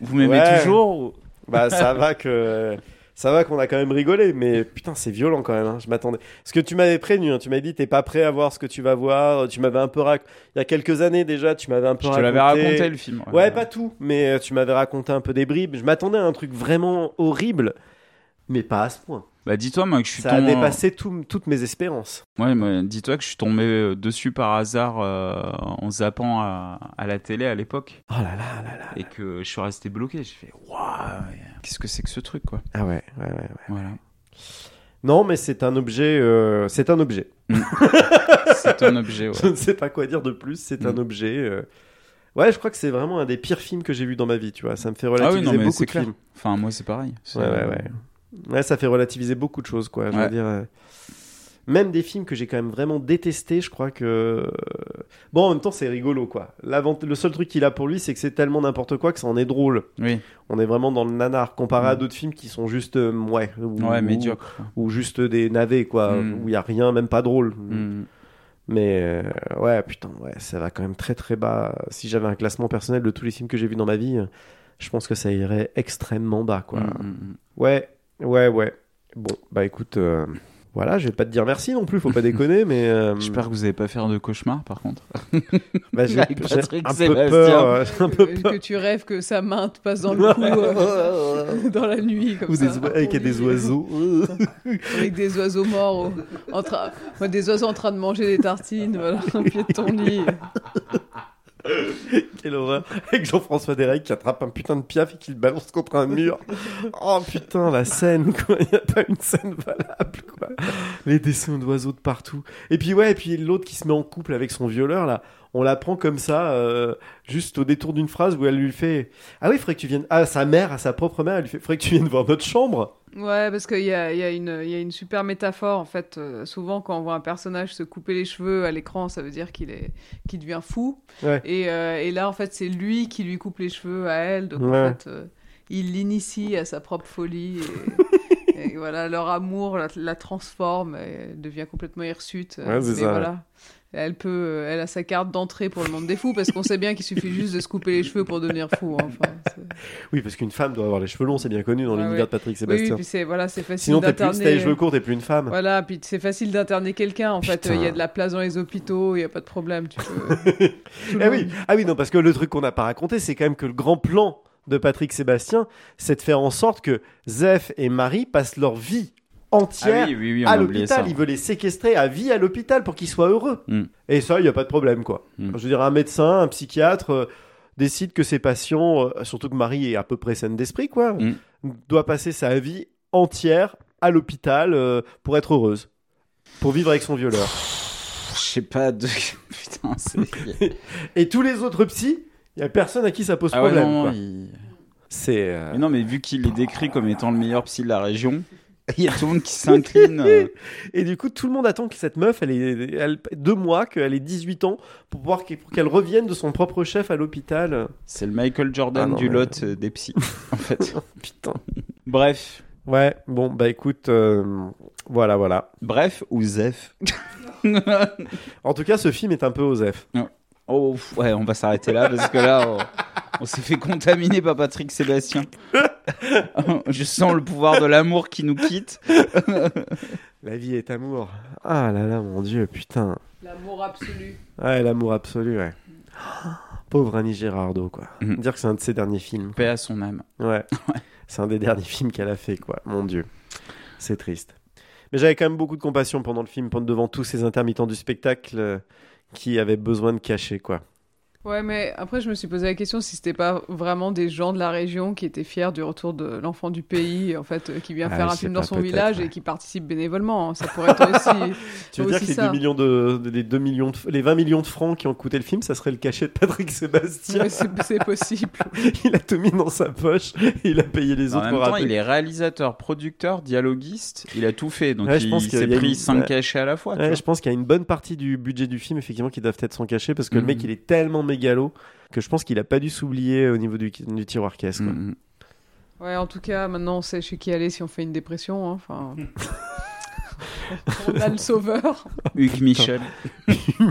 Speaker 2: vous m'aimez
Speaker 1: Ouais.
Speaker 2: toujours ou-
Speaker 1: Bah ça va que ça va qu'on a quand même rigolé, mais putain c'est violent quand même. hein. Je m'attendais. Parce que tu m'avais prévenu, hein, tu m'avais dit t'es pas prêt à voir ce que tu vas voir. Tu m'avais un peu rac... il y a quelques années déjà, tu m'avais un peu
Speaker 2: Je te l'avais
Speaker 1: raconté.
Speaker 2: raconté le film.
Speaker 1: Ouais, pas tout, mais euh, tu m'avais raconté un peu des bribes. Je m'attendais à un truc vraiment horrible, mais pas à ce point.
Speaker 2: Bah dis-toi moi que je suis
Speaker 1: Ça a
Speaker 2: ton-
Speaker 1: dépassé tout- toutes mes espérances.
Speaker 2: Ouais, mais dis-toi que je suis tombé euh, dessus par hasard euh, en zappant à, à la télé à l'époque
Speaker 1: Oh là là là là.
Speaker 2: et que je suis resté bloqué. J'ai fait waouh, qu'est-ce que c'est que ce truc quoi
Speaker 1: Ah ouais, ouais, ouais. ouais.
Speaker 2: Voilà. [laughs]
Speaker 1: Non, mais c'est un objet. euh, c'est un objet.
Speaker 2: C'est un objet. Ouais.
Speaker 1: Je ne sais pas quoi dire de plus. C'est un
Speaker 2: Mm.
Speaker 1: objet. euh, Ouais, je crois que c'est vraiment un des pires films que j'ai vu dans ma vie. Tu vois, ça me fait relativiser
Speaker 2: Ah non, mais
Speaker 1: beaucoup
Speaker 2: c'est
Speaker 1: de
Speaker 2: clair.
Speaker 1: films.
Speaker 2: Enfin moi c'est pareil. C'est-
Speaker 1: Ouais, ouais, ouais. Ouais, ça fait relativiser beaucoup de choses, quoi. Je veux
Speaker 2: euh, Ouais.
Speaker 1: dire. euh, Même des films que j'ai quand même vraiment détestés, je crois que. euh, Bon, en même temps, c'est rigolo, quoi. L'avant- Le seul truc qu'il a pour lui, c'est que c'est tellement n'importe quoi que ça en est drôle.
Speaker 2: Oui.
Speaker 1: On est vraiment dans le nanar, comparé à
Speaker 2: Mm.
Speaker 1: d'autres films qui sont juste. euh, ouais. Ou,
Speaker 2: Ouais,
Speaker 1: ou-
Speaker 2: médiocre. quoi.
Speaker 1: ou juste des navets, quoi,
Speaker 2: Mm.
Speaker 1: où il y a rien, même pas drôle.
Speaker 2: Mm.
Speaker 1: Mais euh, ouais, putain, ouais, ça va quand même très très bas. Si j'avais un classement personnel de tous les films que j'ai vus dans ma vie, euh, je pense que ça irait extrêmement bas, quoi.
Speaker 2: Mm, mm, mm.
Speaker 1: Ouais, ouais, ouais. Bon, bah écoute, euh, Voilà, je vais pas te dire merci non plus, faut
Speaker 2: [laughs]
Speaker 1: pas déconner, mais euh,
Speaker 2: J'espère que vous n'allez pas faire de cauchemar, par contre.
Speaker 1: bah, j'ai
Speaker 2: Avec
Speaker 1: j'ai
Speaker 2: Patrick
Speaker 1: un peu
Speaker 2: Sébastien.
Speaker 1: peur. euh, [laughs] un
Speaker 2: [laughs]
Speaker 1: peu
Speaker 4: que, que tu rêves que sa main te passe dans le cou euh, [laughs] dans la nuit comme
Speaker 1: Ou
Speaker 4: ça.
Speaker 1: des oiseaux- avec des oiseaux.
Speaker 2: [laughs]
Speaker 4: Avec des oiseaux morts, au- en train- enfin, des oiseaux en train de manger des tartines, voilà, [laughs] au pied de ton lit.
Speaker 1: Quelle horreur. Avec Jean-François Derek qui attrape un putain de piaf et qui le balance contre un mur. Oh putain, la scène, quoi. Il n'y a pas une scène valable, quoi. Les dessins d'oiseaux de partout. Et puis, ouais, et puis l'autre qui se met en couple avec son violeur, là. On la prend comme ça, euh, juste au détour d'une phrase où elle lui fait Ah oui, faudrait que tu viennes. Ah, sa mère, à sa propre mère, elle lui fait Faudrait que tu viennes voir notre chambre.
Speaker 4: Ouais, parce qu'il y a, il y, a une- il y a une super métaphore, en fait. euh, souvent, quand on voit un personnage se couper les cheveux à l'écran, ça veut dire qu'il est, qu'il devient fou.
Speaker 1: Ouais.
Speaker 4: Et, euh, et là, en fait, c'est lui qui lui coupe les cheveux à elle. Donc,
Speaker 1: Ouais.
Speaker 4: en fait, euh, il l'initie à sa propre folie.
Speaker 1: [laughs]
Speaker 4: Et, et voilà, leur amour la, la transforme et elle devient complètement hirsute. euh,
Speaker 1: Ouais, c'est
Speaker 4: mais
Speaker 1: ça,
Speaker 4: voilà. Elle peut, euh, elle a sa carte d'entrée pour le monde des fous parce qu'on sait bien qu'il suffit juste de se couper les cheveux pour devenir fou. hein, enfin, c'est-
Speaker 1: Oui, parce qu'une femme doit avoir les cheveux longs, c'est bien connu dans
Speaker 4: Ouais,
Speaker 1: l'univers
Speaker 4: ouais.
Speaker 1: de Patrick
Speaker 4: oui, oui,
Speaker 1: Sébastien.
Speaker 4: puis c'est voilà, c'est facile
Speaker 1: Sinon, t'es plus, si t'as les
Speaker 4: d'interner.
Speaker 1: cheveux courts, t'es plus une femme.
Speaker 4: Voilà, puis c'est facile d'interner quelqu'un. En fait,
Speaker 1: Putain.
Speaker 4: Euh, il y a de la place dans les hôpitaux, il n'y a pas de problème. Tu peux...
Speaker 1: [laughs]
Speaker 4: Tout le
Speaker 1: Ah
Speaker 4: monde.
Speaker 1: oui, ah oui, non, parce que le truc qu'on n'a pas raconté, c'est quand même que le grand plan de Patrick Sébastien, c'est de faire en sorte que Zeph et Marie passent leur vie entière
Speaker 2: Ah oui, oui, oui,
Speaker 1: à l'hôpital. Il veut les séquestrer à vie à l'hôpital pour qu'ils soient heureux.
Speaker 2: Mm.
Speaker 1: Et ça, il n'y a pas de problème, quoi.
Speaker 2: Mm.
Speaker 1: Je veux dire, un médecin, un psychiatre euh, décide que ses patients, euh, surtout que Marie est à peu près saine d'esprit, quoi,
Speaker 2: Mm.
Speaker 1: doit passer sa vie entière à l'hôpital euh, pour être heureuse, pour vivre avec son violeur.
Speaker 2: Je sais
Speaker 1: [laughs]
Speaker 2: pas, de... Ah putain, c'est...
Speaker 1: Et tous les autres psys, il n'y a personne à qui ça pose
Speaker 2: Ah ouais,
Speaker 1: problème.
Speaker 2: non,
Speaker 1: quoi.
Speaker 2: il-
Speaker 1: C'est. euh,
Speaker 2: Mais non, mais vu qu'il est décrit comme étant le meilleur psy de la région, [laughs] il y a tout le monde qui s'incline. euh,
Speaker 1: Et du coup, tout le monde attend que cette meuf, elle est elle- deux mois, qu'elle ait 18 ans, pour pouvoir qu'elle- pour qu'elle revienne de son propre chef à l'hôpital.
Speaker 2: C'est le Michael
Speaker 1: Ah
Speaker 2: Jordan
Speaker 1: non,
Speaker 2: du
Speaker 1: mais-
Speaker 2: lot euh, des psys, en fait.
Speaker 1: [laughs] Putain.
Speaker 2: Bref.
Speaker 1: Ouais, bon, bah écoute, euh, voilà, voilà.
Speaker 2: Bref ou Zef
Speaker 1: En tout cas, ce film est un peu Osef.
Speaker 2: [laughs] Oh, pff, ouais, on va s'arrêter là parce que là, on, on s'est fait contaminer par Patrick [laughs] Sébastien. Je sens le pouvoir de l'amour qui nous quitte.
Speaker 1: La vie est amour. Ah là là, mon dieu, putain.
Speaker 4: L'amour absolu.
Speaker 1: Ouais, l'amour absolu, ouais. Mm. Pauvre Annie Gérardo, quoi.
Speaker 2: Mhm.
Speaker 1: Dire que c'est un de ses derniers films.
Speaker 2: Paix à son âme. [laughs]
Speaker 1: Ouais. C'est un des derniers films qu'elle a fait, quoi. Mon Dieu. C'est triste. Mais j'avais quand même beaucoup de compassion pendant le film, pendant- devant tous ces intermittents du spectacle euh, qui avaient besoin de cacher, quoi.
Speaker 4: Ouais, mais après, je me suis posé la question si c'était pas vraiment des gens de la région qui étaient fiers du retour de l'enfant du pays, en fait, euh, qui vient
Speaker 1: Ah,
Speaker 4: faire
Speaker 1: je
Speaker 4: un
Speaker 1: sais
Speaker 4: film
Speaker 1: pas,
Speaker 4: dans son
Speaker 1: peut-être,
Speaker 4: village
Speaker 1: ouais.
Speaker 4: et qui participe bénévolement. hein. Ça pourrait être
Speaker 1: [laughs]
Speaker 4: aussi.
Speaker 1: Tu veux dire
Speaker 4: aussi
Speaker 1: que les,
Speaker 4: ça.
Speaker 1: 2 millions de, de- les, 2 millions de- les 20 millions de francs qui ont coûté le film, ça serait le cachet de Patrick Sébastien
Speaker 4: Ouais, c'est c'est possible.
Speaker 1: Il a tout mis dans sa poche et il a payé les
Speaker 2: En
Speaker 1: autres
Speaker 2: même
Speaker 1: pour
Speaker 2: temps,
Speaker 1: rater.
Speaker 2: il est réalisateur, producteur, dialoguiste. Il a tout fait. Donc,
Speaker 1: Ouais, je
Speaker 2: il
Speaker 1: pense qu'il
Speaker 2: s'est
Speaker 1: y a
Speaker 2: pris
Speaker 1: une-
Speaker 2: 5
Speaker 1: ouais.
Speaker 2: cachets à la fois. tu
Speaker 1: Ouais,
Speaker 2: vois.
Speaker 1: je pense qu'il y a une bonne partie du budget du film, effectivement, qui doivent être sans cachet parce que le
Speaker 2: Mhm.
Speaker 1: mec, il est tellement mégalo que je pense qu'il a pas dû s'oublier au niveau du, du tiroir caisse, quoi.
Speaker 2: Mm, mm.
Speaker 4: Ouais, en tout cas, maintenant, on sait chez qui aller si on fait une dépression.
Speaker 1: [laughs]
Speaker 4: hein. Enfin. On a le sauveur.
Speaker 1: [laughs]
Speaker 2: Hugues Michel.
Speaker 1: [laughs]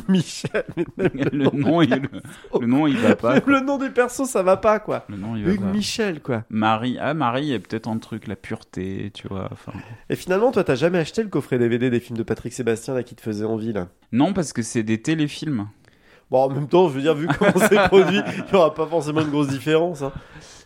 Speaker 1: Michel, mais même le
Speaker 2: le, nom, il, le, le nom, il va pas.
Speaker 1: Même
Speaker 2: quoi.
Speaker 1: le nom du perso, ça va pas, quoi.
Speaker 2: Le nom, il va
Speaker 1: Hugues
Speaker 2: pas.
Speaker 1: Michel, quoi.
Speaker 2: Marie. Ah, Marie, il y a peut-être un truc, la pureté, tu vois. enfin.
Speaker 1: Et finalement, toi, t'as jamais acheté le coffret DVD des films de Patrick Sébastien, là, qui te faisait envie, là.
Speaker 2: Non, parce que c'est des téléfilms.
Speaker 1: Bon, en même temps, je veux dire, vu comment
Speaker 2: [laughs]
Speaker 1: c'est produit, il y aura pas forcément une grosse différence. hein.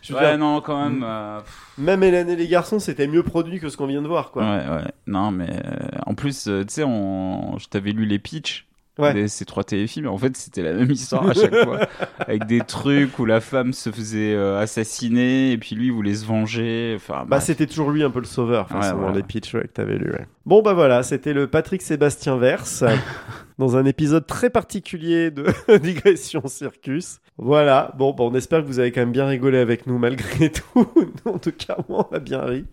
Speaker 1: Je veux
Speaker 2: Ouais,
Speaker 1: dire,
Speaker 2: non, quand même. euh, pff,
Speaker 1: même Hélène et les garçons, c'était mieux produit que ce qu'on vient de voir, quoi.
Speaker 2: ouais, ouais. Non, mais euh, en plus, euh, tu sais, on... je t'avais lu les pitchs.
Speaker 1: Ouais.
Speaker 2: de ces trois téléfilms, en fait, c'était la même histoire à
Speaker 1: [laughs]
Speaker 2: chaque fois. Avec des trucs où la femme se faisait euh, assassiner et puis lui il voulait se venger. Enfin,
Speaker 1: Bah,
Speaker 2: bref.
Speaker 1: c'était toujours lui un peu le sauveur,
Speaker 2: Ouais,
Speaker 1: forcément,
Speaker 2: voilà.
Speaker 1: les pitchs ouais, que t'avais lu. ouais. Bon, bah voilà, c'était le Patrick Sébastien
Speaker 2: [laughs]
Speaker 1: Verse, euh, dans un épisode très particulier de [laughs] Digression Circus. Voilà, bon, bah, on espère que vous avez quand même bien rigolé avec nous malgré [laughs] tout. Nous, en tout cas, moi, on a bien ri.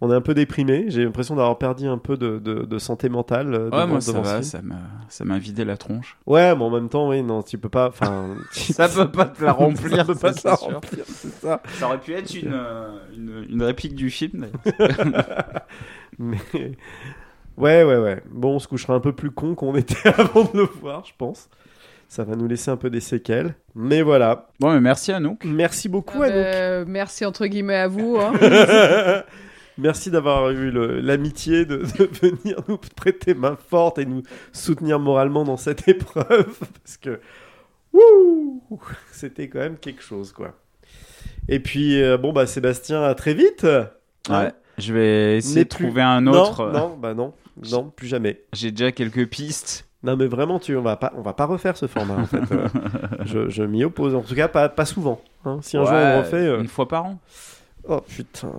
Speaker 1: On est un peu déprimé, j'ai l'impression d'avoir perdu un peu de, de- de santé mentale. euh,
Speaker 2: Ouais,
Speaker 1: devant-
Speaker 2: moi, ça
Speaker 1: devant ce
Speaker 2: va,
Speaker 1: film.
Speaker 2: ça m'a ça m'a vidé
Speaker 1: [laughs]
Speaker 2: la tronche.
Speaker 1: Ouais, mais en même temps, oui, non, tu peux pas. Enfin, tu-
Speaker 2: [laughs] Ça peut pas te la [laughs]
Speaker 1: [laughs]
Speaker 2: remplir,
Speaker 1: ça peut pas
Speaker 2: ça,
Speaker 1: te la
Speaker 2: c'est sûr.
Speaker 1: remplir, c'est ça.
Speaker 2: Ça aurait pu être une, euh, une, une réplique du film. d'ailleurs.
Speaker 1: Mais ouais, ouais, ouais. Bon, on se couchera un peu plus con qu'on [laughs] était avant de le voir, je pense. Ça va nous laisser un peu des séquelles. Mais voilà.
Speaker 2: Bon, mais merci à nous.
Speaker 1: Merci beaucoup,
Speaker 4: Ah
Speaker 1: Anouk.
Speaker 4: ben, merci entre guillemets à vous. hein.
Speaker 1: [laughs] Merci d'avoir eu le- l'amitié de, de [laughs] venir nous prêter main forte et nous soutenir moralement dans cette [laughs] épreuve. Parce que, wouh, c'était quand même quelque chose, quoi. Et puis, euh, bon, bah, Sébastien, à très vite.
Speaker 2: Ouais. Je vais essayer
Speaker 1: N'est
Speaker 2: de
Speaker 1: plus-
Speaker 2: trouver un
Speaker 1: Non,
Speaker 2: autre. euh.
Speaker 1: Non, bah non, non, plus jamais.
Speaker 2: J'ai déjà quelques pistes.
Speaker 1: Non, mais vraiment, tu, on va pas, on va pas refaire ce format, en fait.
Speaker 2: [laughs]
Speaker 1: Euh, je je m'y oppose. En tout cas, pas, pas souvent. hein. Si un jour
Speaker 2: Ouais,
Speaker 1: on refait. euh,
Speaker 2: Une fois par an.
Speaker 1: Oh putain.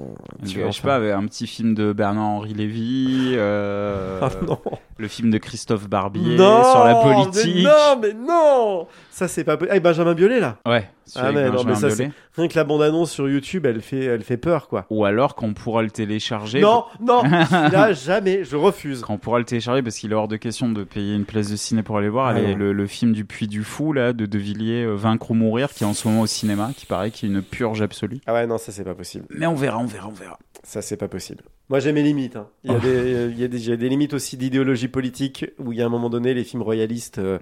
Speaker 1: tu vas
Speaker 2: Je sais
Speaker 1: enfin-
Speaker 2: pas, avec un petit film de Bernard-Henri Lévy, euh,
Speaker 1: [laughs] Ah non.
Speaker 2: le film de Christophe Barbier
Speaker 1: Non,
Speaker 2: sur la
Speaker 1: mais
Speaker 2: politique.
Speaker 1: non, mais non Ça, c'est pas. po- Ah, et Benjamin Biolay, là.
Speaker 2: Ouais, sur
Speaker 1: Ah,
Speaker 2: les
Speaker 1: mais non,
Speaker 2: Benjamin
Speaker 1: mais ça,
Speaker 2: Biolay.
Speaker 1: Rien que la bande-annonce sur YouTube, elle fait, elle fait peur, quoi.
Speaker 2: Ou alors qu'on pourra le télécharger.
Speaker 1: Non,
Speaker 2: [laughs]
Speaker 1: non, là, jamais, je refuse.
Speaker 2: Qu'on pourra le télécharger parce qu'il est hors de question de payer une place de ciné pour aller voir.
Speaker 1: Ah
Speaker 2: Allez,
Speaker 1: non.
Speaker 2: le, le film du Puy du Fou, là, de De Villiers, euh, Vaincre ou Mourir, qui est en ce moment au cinéma, qui paraît qu'il est une purge absolue.
Speaker 1: Ah ouais, non, ça, c'est pas possible.
Speaker 2: Mais on verra, on verra, on verra.
Speaker 1: Ça, c'est pas possible. Moi, j'ai mes limites. hein. Il, y a des, il, y a des, il y a des limites aussi d'idéologie politique où il y a un moment donné, les films royalistes. euh,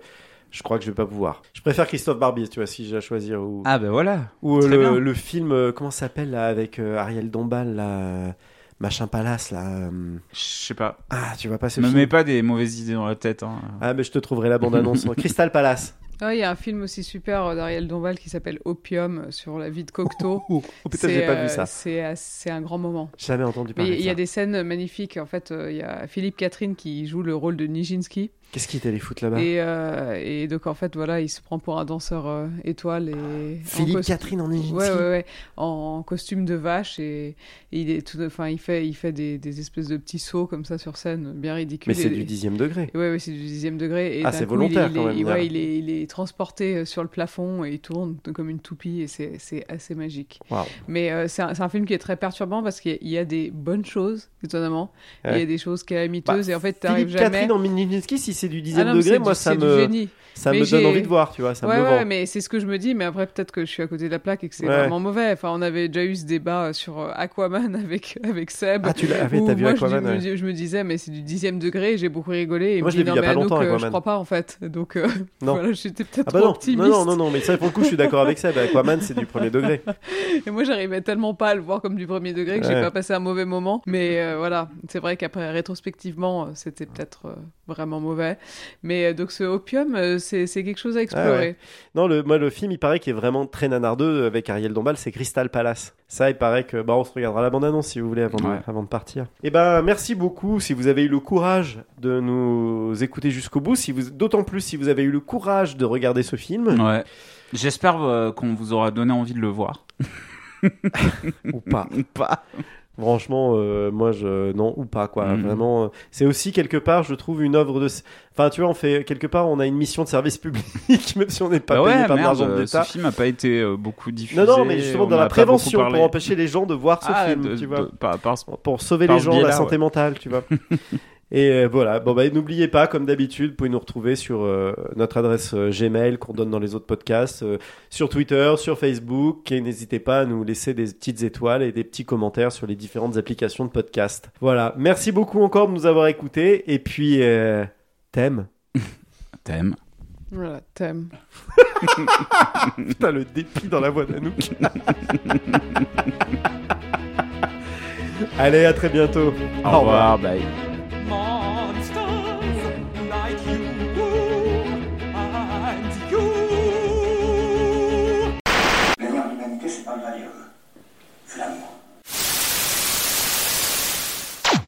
Speaker 1: je crois que je vais pas pouvoir. Je préfère Christophe Barbier, tu vois, si j'ai à choisir. Ou,
Speaker 2: Ah ben voilà.
Speaker 1: ou, euh,
Speaker 2: très bien.
Speaker 1: le, le film, euh, comment ça s'appelle, là, avec euh, Ariel Dombal, là, euh, Machin Palace, là. euh,
Speaker 2: Je sais pas.
Speaker 1: Ah, tu vois pas ce
Speaker 2: Me
Speaker 1: film
Speaker 2: mets pas des mauvaises idées dans la tête. hein.
Speaker 1: Ah, mais je te trouverai la bande-annonce.
Speaker 4: [laughs]
Speaker 1: Crystal Palace.
Speaker 4: Ah, Il y a un film aussi super euh, d'Ariel Dombal qui s'appelle Opium euh, sur la vie de
Speaker 1: [laughs] Oh,
Speaker 4: Cocteau.
Speaker 1: peut-être
Speaker 4: C'est,
Speaker 1: j'ai pas
Speaker 4: euh,
Speaker 1: vu ça.
Speaker 4: C'est euh, c'est un grand moment.
Speaker 1: Jamais entendu
Speaker 4: Mais
Speaker 1: parler.
Speaker 4: il y
Speaker 1: de
Speaker 4: a
Speaker 1: ça.
Speaker 4: des scènes magnifiques. En fait, euh, il y a Philippe Catherine qui joue le rôle de Nijinsky.
Speaker 1: Qu'est-ce qui est allé foutre là-bas
Speaker 4: Et, euh, et donc, en fait, voilà, il se prend pour un danseur euh, étoile. Et en
Speaker 1: Philippe
Speaker 4: costu-
Speaker 1: Catherine en Égypte.
Speaker 4: Ouais, ouais, ouais. En, en costume de vache. Et, et il, est tout, enfin, il fait, il fait des, des espèces de petits sauts comme ça sur scène, bien ridicules.
Speaker 1: Mais c'est
Speaker 4: Et-
Speaker 1: du dixième degré.
Speaker 4: Ouais, ouais, c'est du dixième degré. Et
Speaker 1: Ah,
Speaker 4: d'un
Speaker 1: c'est
Speaker 4: coup, il-
Speaker 1: volontaire,
Speaker 4: il,
Speaker 1: quand
Speaker 4: est,
Speaker 1: même,
Speaker 4: ouais,
Speaker 1: là.
Speaker 4: il, est, il est transporté euh, sur le plafond et il tourne comme une toupie et c'est c'est assez magique.
Speaker 1: Waouh.
Speaker 4: Mais euh, c'est un, c'est un film qui est très perturbant parce qu'il y, a- il y a des bonnes choses, étonnamment. et Il y a
Speaker 1: Ouais.
Speaker 4: des choses calamiteuses et en fait, t'arrives
Speaker 1: Bah, Philippe
Speaker 4: jamais.
Speaker 1: Catherine en Mininski, si c'est du
Speaker 4: Ah
Speaker 1: dixième
Speaker 4: non, mais
Speaker 1: degré,
Speaker 4: c'est du-
Speaker 1: moi ça
Speaker 4: c'est du
Speaker 1: me,
Speaker 4: génie.
Speaker 1: ça
Speaker 4: Mais
Speaker 1: me donne
Speaker 4: j'ai-
Speaker 1: envie de voir, tu vois, ça
Speaker 4: ouais,
Speaker 1: me
Speaker 4: ouais,
Speaker 1: vend.
Speaker 4: mais c'est ce que je me dis, mais après peut-être que je suis à côté de la plaque et que c'est
Speaker 1: Ouais.
Speaker 4: vraiment mauvais. Enfin, on avait déjà eu ce débat euh, sur euh, Aquaman [laughs] avec, avec Seb.
Speaker 1: Ah, tu l'as ah oui,
Speaker 4: où
Speaker 1: t'as vu
Speaker 4: moi, je
Speaker 1: Aquaman
Speaker 4: dis-
Speaker 1: ouais.
Speaker 4: je, me disais, mais c'est du dixième degré, et j'ai beaucoup rigolé. Et
Speaker 1: Moi,
Speaker 4: me
Speaker 1: je l'ai
Speaker 4: dis,
Speaker 1: vu il
Speaker 4: non,
Speaker 1: y a
Speaker 4: mais
Speaker 1: pas
Speaker 4: Anouk,
Speaker 1: longtemps,
Speaker 4: euh, Je
Speaker 1: Aquaman.
Speaker 4: crois pas, en fait. [laughs] Donc, euh,
Speaker 1: [laughs] Non.
Speaker 4: voilà, j'étais peut-être
Speaker 1: Ah bah
Speaker 4: trop
Speaker 1: non, non,
Speaker 4: optimiste.
Speaker 1: non, non, non, mais ça pour le coup je suis d'accord avec ça,
Speaker 4: [laughs]
Speaker 1: bah, Aquaman c'est du premier degré.
Speaker 4: Et moi, j'arrivais tellement pas à le voir comme du premier degré que j'ai
Speaker 1: Ouais.
Speaker 4: pas passé un mauvais moment. Mais euh, voilà, c'est vrai qu'après, rétrospectivement, euh, c'était peut-être euh, vraiment mauvais. Mais euh, donc, ce opium, euh, c'est c'est quelque
Speaker 1: Ah
Speaker 4: chose à explorer.
Speaker 1: Non, le, moi le film il paraît qu'il est vraiment très nanardeux avec Ariel Dombal, c'est Crystal Palace. Ça il paraît que, bah on se regardera la bande-annonce si vous voulez avant, de-
Speaker 2: Ouais.
Speaker 1: avant de partir. Et ben merci beaucoup si vous avez eu le courage de nous écouter jusqu'au bout, si vous, d'autant plus si vous avez eu le courage de regarder ce film,
Speaker 2: Ouais. J'espère euh, qu'on vous aura donné envie de le voir.
Speaker 1: [laughs] ou pas.
Speaker 2: Ou pas.
Speaker 1: Franchement, euh, moi, je non ou pas quoi.
Speaker 2: Mm.
Speaker 1: Vraiment, euh, c'est aussi quelque part, je trouve une œuvre de. Enfin, tu vois, on fait quelque part, on a une mission de service public, [laughs] même si on n'est pas
Speaker 2: Bah
Speaker 1: payé
Speaker 2: ouais,
Speaker 1: par de
Speaker 2: merde,
Speaker 1: l'argent de
Speaker 2: euh, ce
Speaker 1: l'État.
Speaker 2: film n'a pas été euh, beaucoup diffusé.
Speaker 1: Non, non, mais justement
Speaker 2: on
Speaker 1: dans
Speaker 2: en a
Speaker 1: la
Speaker 2: pas beaucoup
Speaker 1: prévention
Speaker 2: parlé.
Speaker 1: pour empêcher les gens de voir ce
Speaker 2: Ah,
Speaker 1: film,
Speaker 2: de-
Speaker 1: tu
Speaker 2: de-
Speaker 1: vois,
Speaker 2: par- par-
Speaker 1: pour sauver
Speaker 2: par
Speaker 1: les
Speaker 2: ce
Speaker 1: gens, la
Speaker 2: biais-là,
Speaker 1: santé
Speaker 2: ouais.
Speaker 1: mentale, tu
Speaker 2: [laughs]
Speaker 1: vois. Et euh, voilà, bon bah n'oubliez pas, comme d'habitude, vous pouvez nous retrouver sur euh, notre adresse euh, Gmail qu'on donne dans les autres podcasts, euh, sur Twitter, sur Facebook, et n'hésitez pas à nous laisser des petites étoiles et des petits commentaires sur les différentes applications de podcast. Voilà, merci beaucoup encore de nous avoir écoutés, et puis euh, thème.
Speaker 2: T'aimes.
Speaker 4: Voilà, thème.
Speaker 1: Putain, le dépit dans la voix d'Anouk. [laughs] Allez, à très bientôt.
Speaker 2: Au, revoir, bye.
Speaker 9: monsters like you and you.
Speaker 5: L'avenir de l'humanité, hein. c'est pas le radium. C'est l'amour.